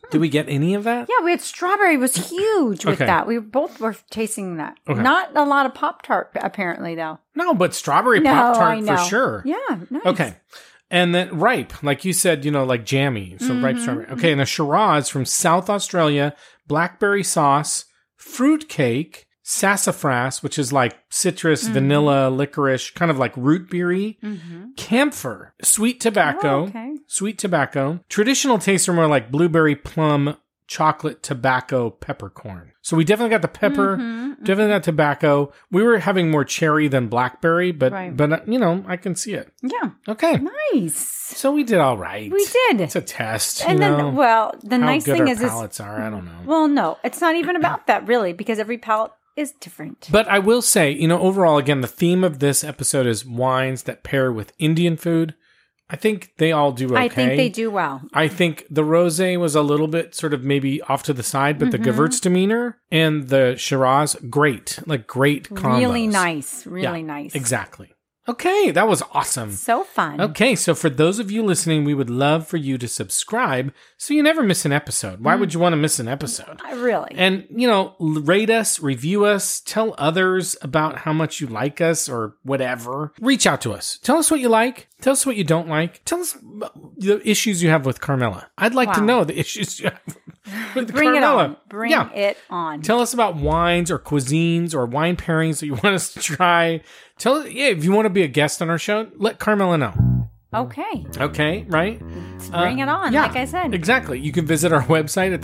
[SPEAKER 1] Do we get any of that?
[SPEAKER 2] Yeah, we had strawberry was huge with
[SPEAKER 1] Okay.
[SPEAKER 2] that. We both were tasting that.
[SPEAKER 1] Okay.
[SPEAKER 2] Not a lot of Pop Tart apparently though.
[SPEAKER 1] No, but strawberry
[SPEAKER 2] No,
[SPEAKER 1] pop
[SPEAKER 2] I
[SPEAKER 1] tart
[SPEAKER 2] know.
[SPEAKER 1] for sure.
[SPEAKER 2] Yeah. Nice.
[SPEAKER 1] Okay. And then ripe, like you said, you know, like jammy. So ripe
[SPEAKER 2] Mm-hmm,
[SPEAKER 1] strawberry. Okay, and a Shiraz from South Australia, blackberry sauce, fruit cake, sassafras, which is like citrus,
[SPEAKER 2] Mm-hmm.
[SPEAKER 1] vanilla, licorice, kind of like root beery, camphor, sweet tobacco,
[SPEAKER 2] Oh, okay.
[SPEAKER 1] sweet tobacco. Traditional tastes are more like blueberry, plum, chocolate, tobacco, peppercorn. So we definitely got the pepper,
[SPEAKER 2] Mm-hmm.
[SPEAKER 1] Mm-hmm. definitely got tobacco. We were having more cherry than blackberry, but
[SPEAKER 2] Right.
[SPEAKER 1] but uh, you know I can see it.
[SPEAKER 2] Yeah.
[SPEAKER 1] Okay,
[SPEAKER 2] Nice.
[SPEAKER 1] so we did all right.
[SPEAKER 2] We did.
[SPEAKER 1] It's a test,
[SPEAKER 2] and
[SPEAKER 1] you
[SPEAKER 2] then
[SPEAKER 1] know.
[SPEAKER 2] well, the
[SPEAKER 1] How
[SPEAKER 2] nice
[SPEAKER 1] good
[SPEAKER 2] thing
[SPEAKER 1] our
[SPEAKER 2] is is
[SPEAKER 1] palates are. I don't know.
[SPEAKER 2] well, no, it's not
[SPEAKER 1] (coughs)
[SPEAKER 2] even about that really because every palate is different.
[SPEAKER 1] But I will say, you know, overall, again, the theme of this episode is wines that pair with Indian food. I think they all do okay.
[SPEAKER 2] I think they do well.
[SPEAKER 1] I think the rosé was a little bit sort of maybe off to the side, but the
[SPEAKER 2] Mm-hmm.
[SPEAKER 1] Gewürztraminer and the Shiraz, great, like great combos.
[SPEAKER 2] Really nice. Really
[SPEAKER 1] Yeah,
[SPEAKER 2] nice.
[SPEAKER 1] Exactly. Okay, that was awesome.
[SPEAKER 2] So fun.
[SPEAKER 1] Okay, so for those of you listening, we would love for you to subscribe so you never miss an episode. Why
[SPEAKER 2] Mm.
[SPEAKER 1] would you want to miss an episode?
[SPEAKER 2] I really.
[SPEAKER 1] And, you know, l- rate us, review us, tell others about how much you like us or whatever. Reach out to us. Tell us what you like. Tell us what you don't like. Tell us m- the issues you have with Carmela. I'd like to
[SPEAKER 2] Wow.
[SPEAKER 1] know the issues you
[SPEAKER 2] (laughs)
[SPEAKER 1] have with
[SPEAKER 2] Bring
[SPEAKER 1] Carmela.
[SPEAKER 2] it on. Bring
[SPEAKER 1] yeah.
[SPEAKER 2] it on.
[SPEAKER 1] Tell us about wines or cuisines or wine pairings that you (laughs) want us to try. Tell yeah, if you want to be a guest on our show, let Carmela know.
[SPEAKER 2] okay.
[SPEAKER 1] Okay, right?
[SPEAKER 2] Bring it on.
[SPEAKER 1] Uh, yeah,
[SPEAKER 2] Like I said.
[SPEAKER 1] Exactly. You can visit our website at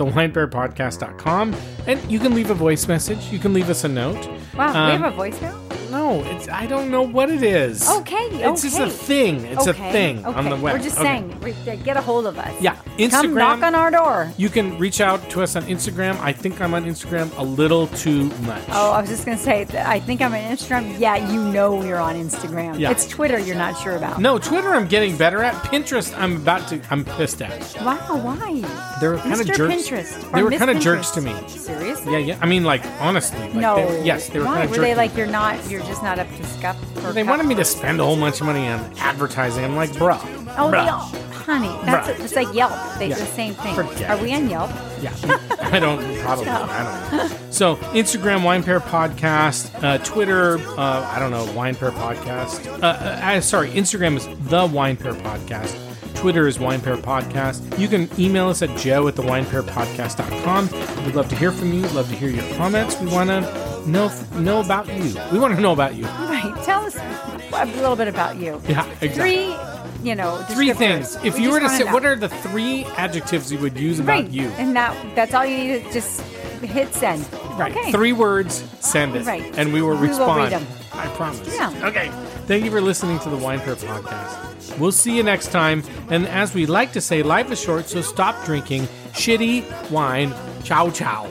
[SPEAKER 1] thewinebearpodcast.com and you can leave a voice message. You can leave us a note.
[SPEAKER 2] Wow,
[SPEAKER 1] Um,
[SPEAKER 2] we have a voicemail?
[SPEAKER 1] No, it's I don't know what it is.
[SPEAKER 2] Okay,
[SPEAKER 1] It's just a
[SPEAKER 2] okay.
[SPEAKER 1] thing. It's a thing on the web.
[SPEAKER 2] We're just
[SPEAKER 1] Okay.
[SPEAKER 2] saying, re- uh, get a hold of us.
[SPEAKER 1] Yeah.
[SPEAKER 2] Come
[SPEAKER 1] Instagram.
[SPEAKER 2] knock on our door.
[SPEAKER 1] You can reach out to us on Instagram. I think I'm on Instagram a little too much.
[SPEAKER 2] Oh, I was just going to say, that I think I'm on Instagram. Yeah, you know you're on Instagram.
[SPEAKER 1] Yeah.
[SPEAKER 2] It's Twitter you're not sure about.
[SPEAKER 1] No, Twitter I'm getting better at. Pinterest I'm about to I'm pissed at.
[SPEAKER 2] Wow, why?
[SPEAKER 1] They were kind of
[SPEAKER 2] Mr.
[SPEAKER 1] jerks.
[SPEAKER 2] Pinterest.
[SPEAKER 1] They
[SPEAKER 2] or
[SPEAKER 1] were
[SPEAKER 2] Miss
[SPEAKER 1] kind of jerks
[SPEAKER 2] Pinterest.
[SPEAKER 1] to me.
[SPEAKER 2] Seriously?
[SPEAKER 1] Yeah, yeah. I mean like honestly. Like,
[SPEAKER 2] No.
[SPEAKER 1] They, yes, they were
[SPEAKER 2] Why?
[SPEAKER 1] kind of
[SPEAKER 2] Were
[SPEAKER 1] jerky.
[SPEAKER 2] they like, you're not, you're just not up to scuff? or
[SPEAKER 1] They
[SPEAKER 2] cuff?
[SPEAKER 1] wanted me to spend a whole bunch of money on advertising. I'm like, bruh.
[SPEAKER 2] Oh,
[SPEAKER 1] bruh.
[SPEAKER 2] they all, honey, that's
[SPEAKER 1] Bruh.
[SPEAKER 2] it's like Yelp. They
[SPEAKER 1] Yeah.
[SPEAKER 2] the same thing.
[SPEAKER 1] Forget
[SPEAKER 2] Are we on Yelp? (laughs)
[SPEAKER 1] Yeah, (laughs) I don't probably. I don't know. So Instagram Wine Pair Podcast, uh, Twitter, uh, I don't know Wine Pair Podcast. Uh, uh, I- sorry, Instagram is the Wine Pair Podcast. Twitter is Wine Pair Podcast. You can email us at joe at the winepairpodcast.com. We'd love to hear from you. We'd love to hear your comments. We want to know know about you. We want to know about you.
[SPEAKER 2] Right. Tell us a little bit about you.
[SPEAKER 1] Yeah, exactly.
[SPEAKER 2] Three, you know,
[SPEAKER 1] Three
[SPEAKER 2] descriptors.
[SPEAKER 1] things. If
[SPEAKER 2] We
[SPEAKER 1] you
[SPEAKER 2] just
[SPEAKER 1] were to
[SPEAKER 2] wanna
[SPEAKER 1] say,
[SPEAKER 2] know.
[SPEAKER 1] what are the three adjectives you would use about
[SPEAKER 2] right.
[SPEAKER 1] you?
[SPEAKER 2] And that that's all you need is just hit send.
[SPEAKER 1] Right.
[SPEAKER 2] Okay.
[SPEAKER 1] Three words, send it.
[SPEAKER 2] Right.
[SPEAKER 1] And we will
[SPEAKER 2] We will
[SPEAKER 1] respond.
[SPEAKER 2] read 'em.
[SPEAKER 1] I promise.
[SPEAKER 2] Yeah.
[SPEAKER 1] Okay. Thank you for listening to the Wine Pair podcast. We'll see you next time. And as we like to say, life is short, so stop drinking shitty wine. Ciao, ciao.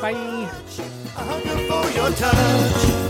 [SPEAKER 1] Bye.
[SPEAKER 3] hunger for your touch.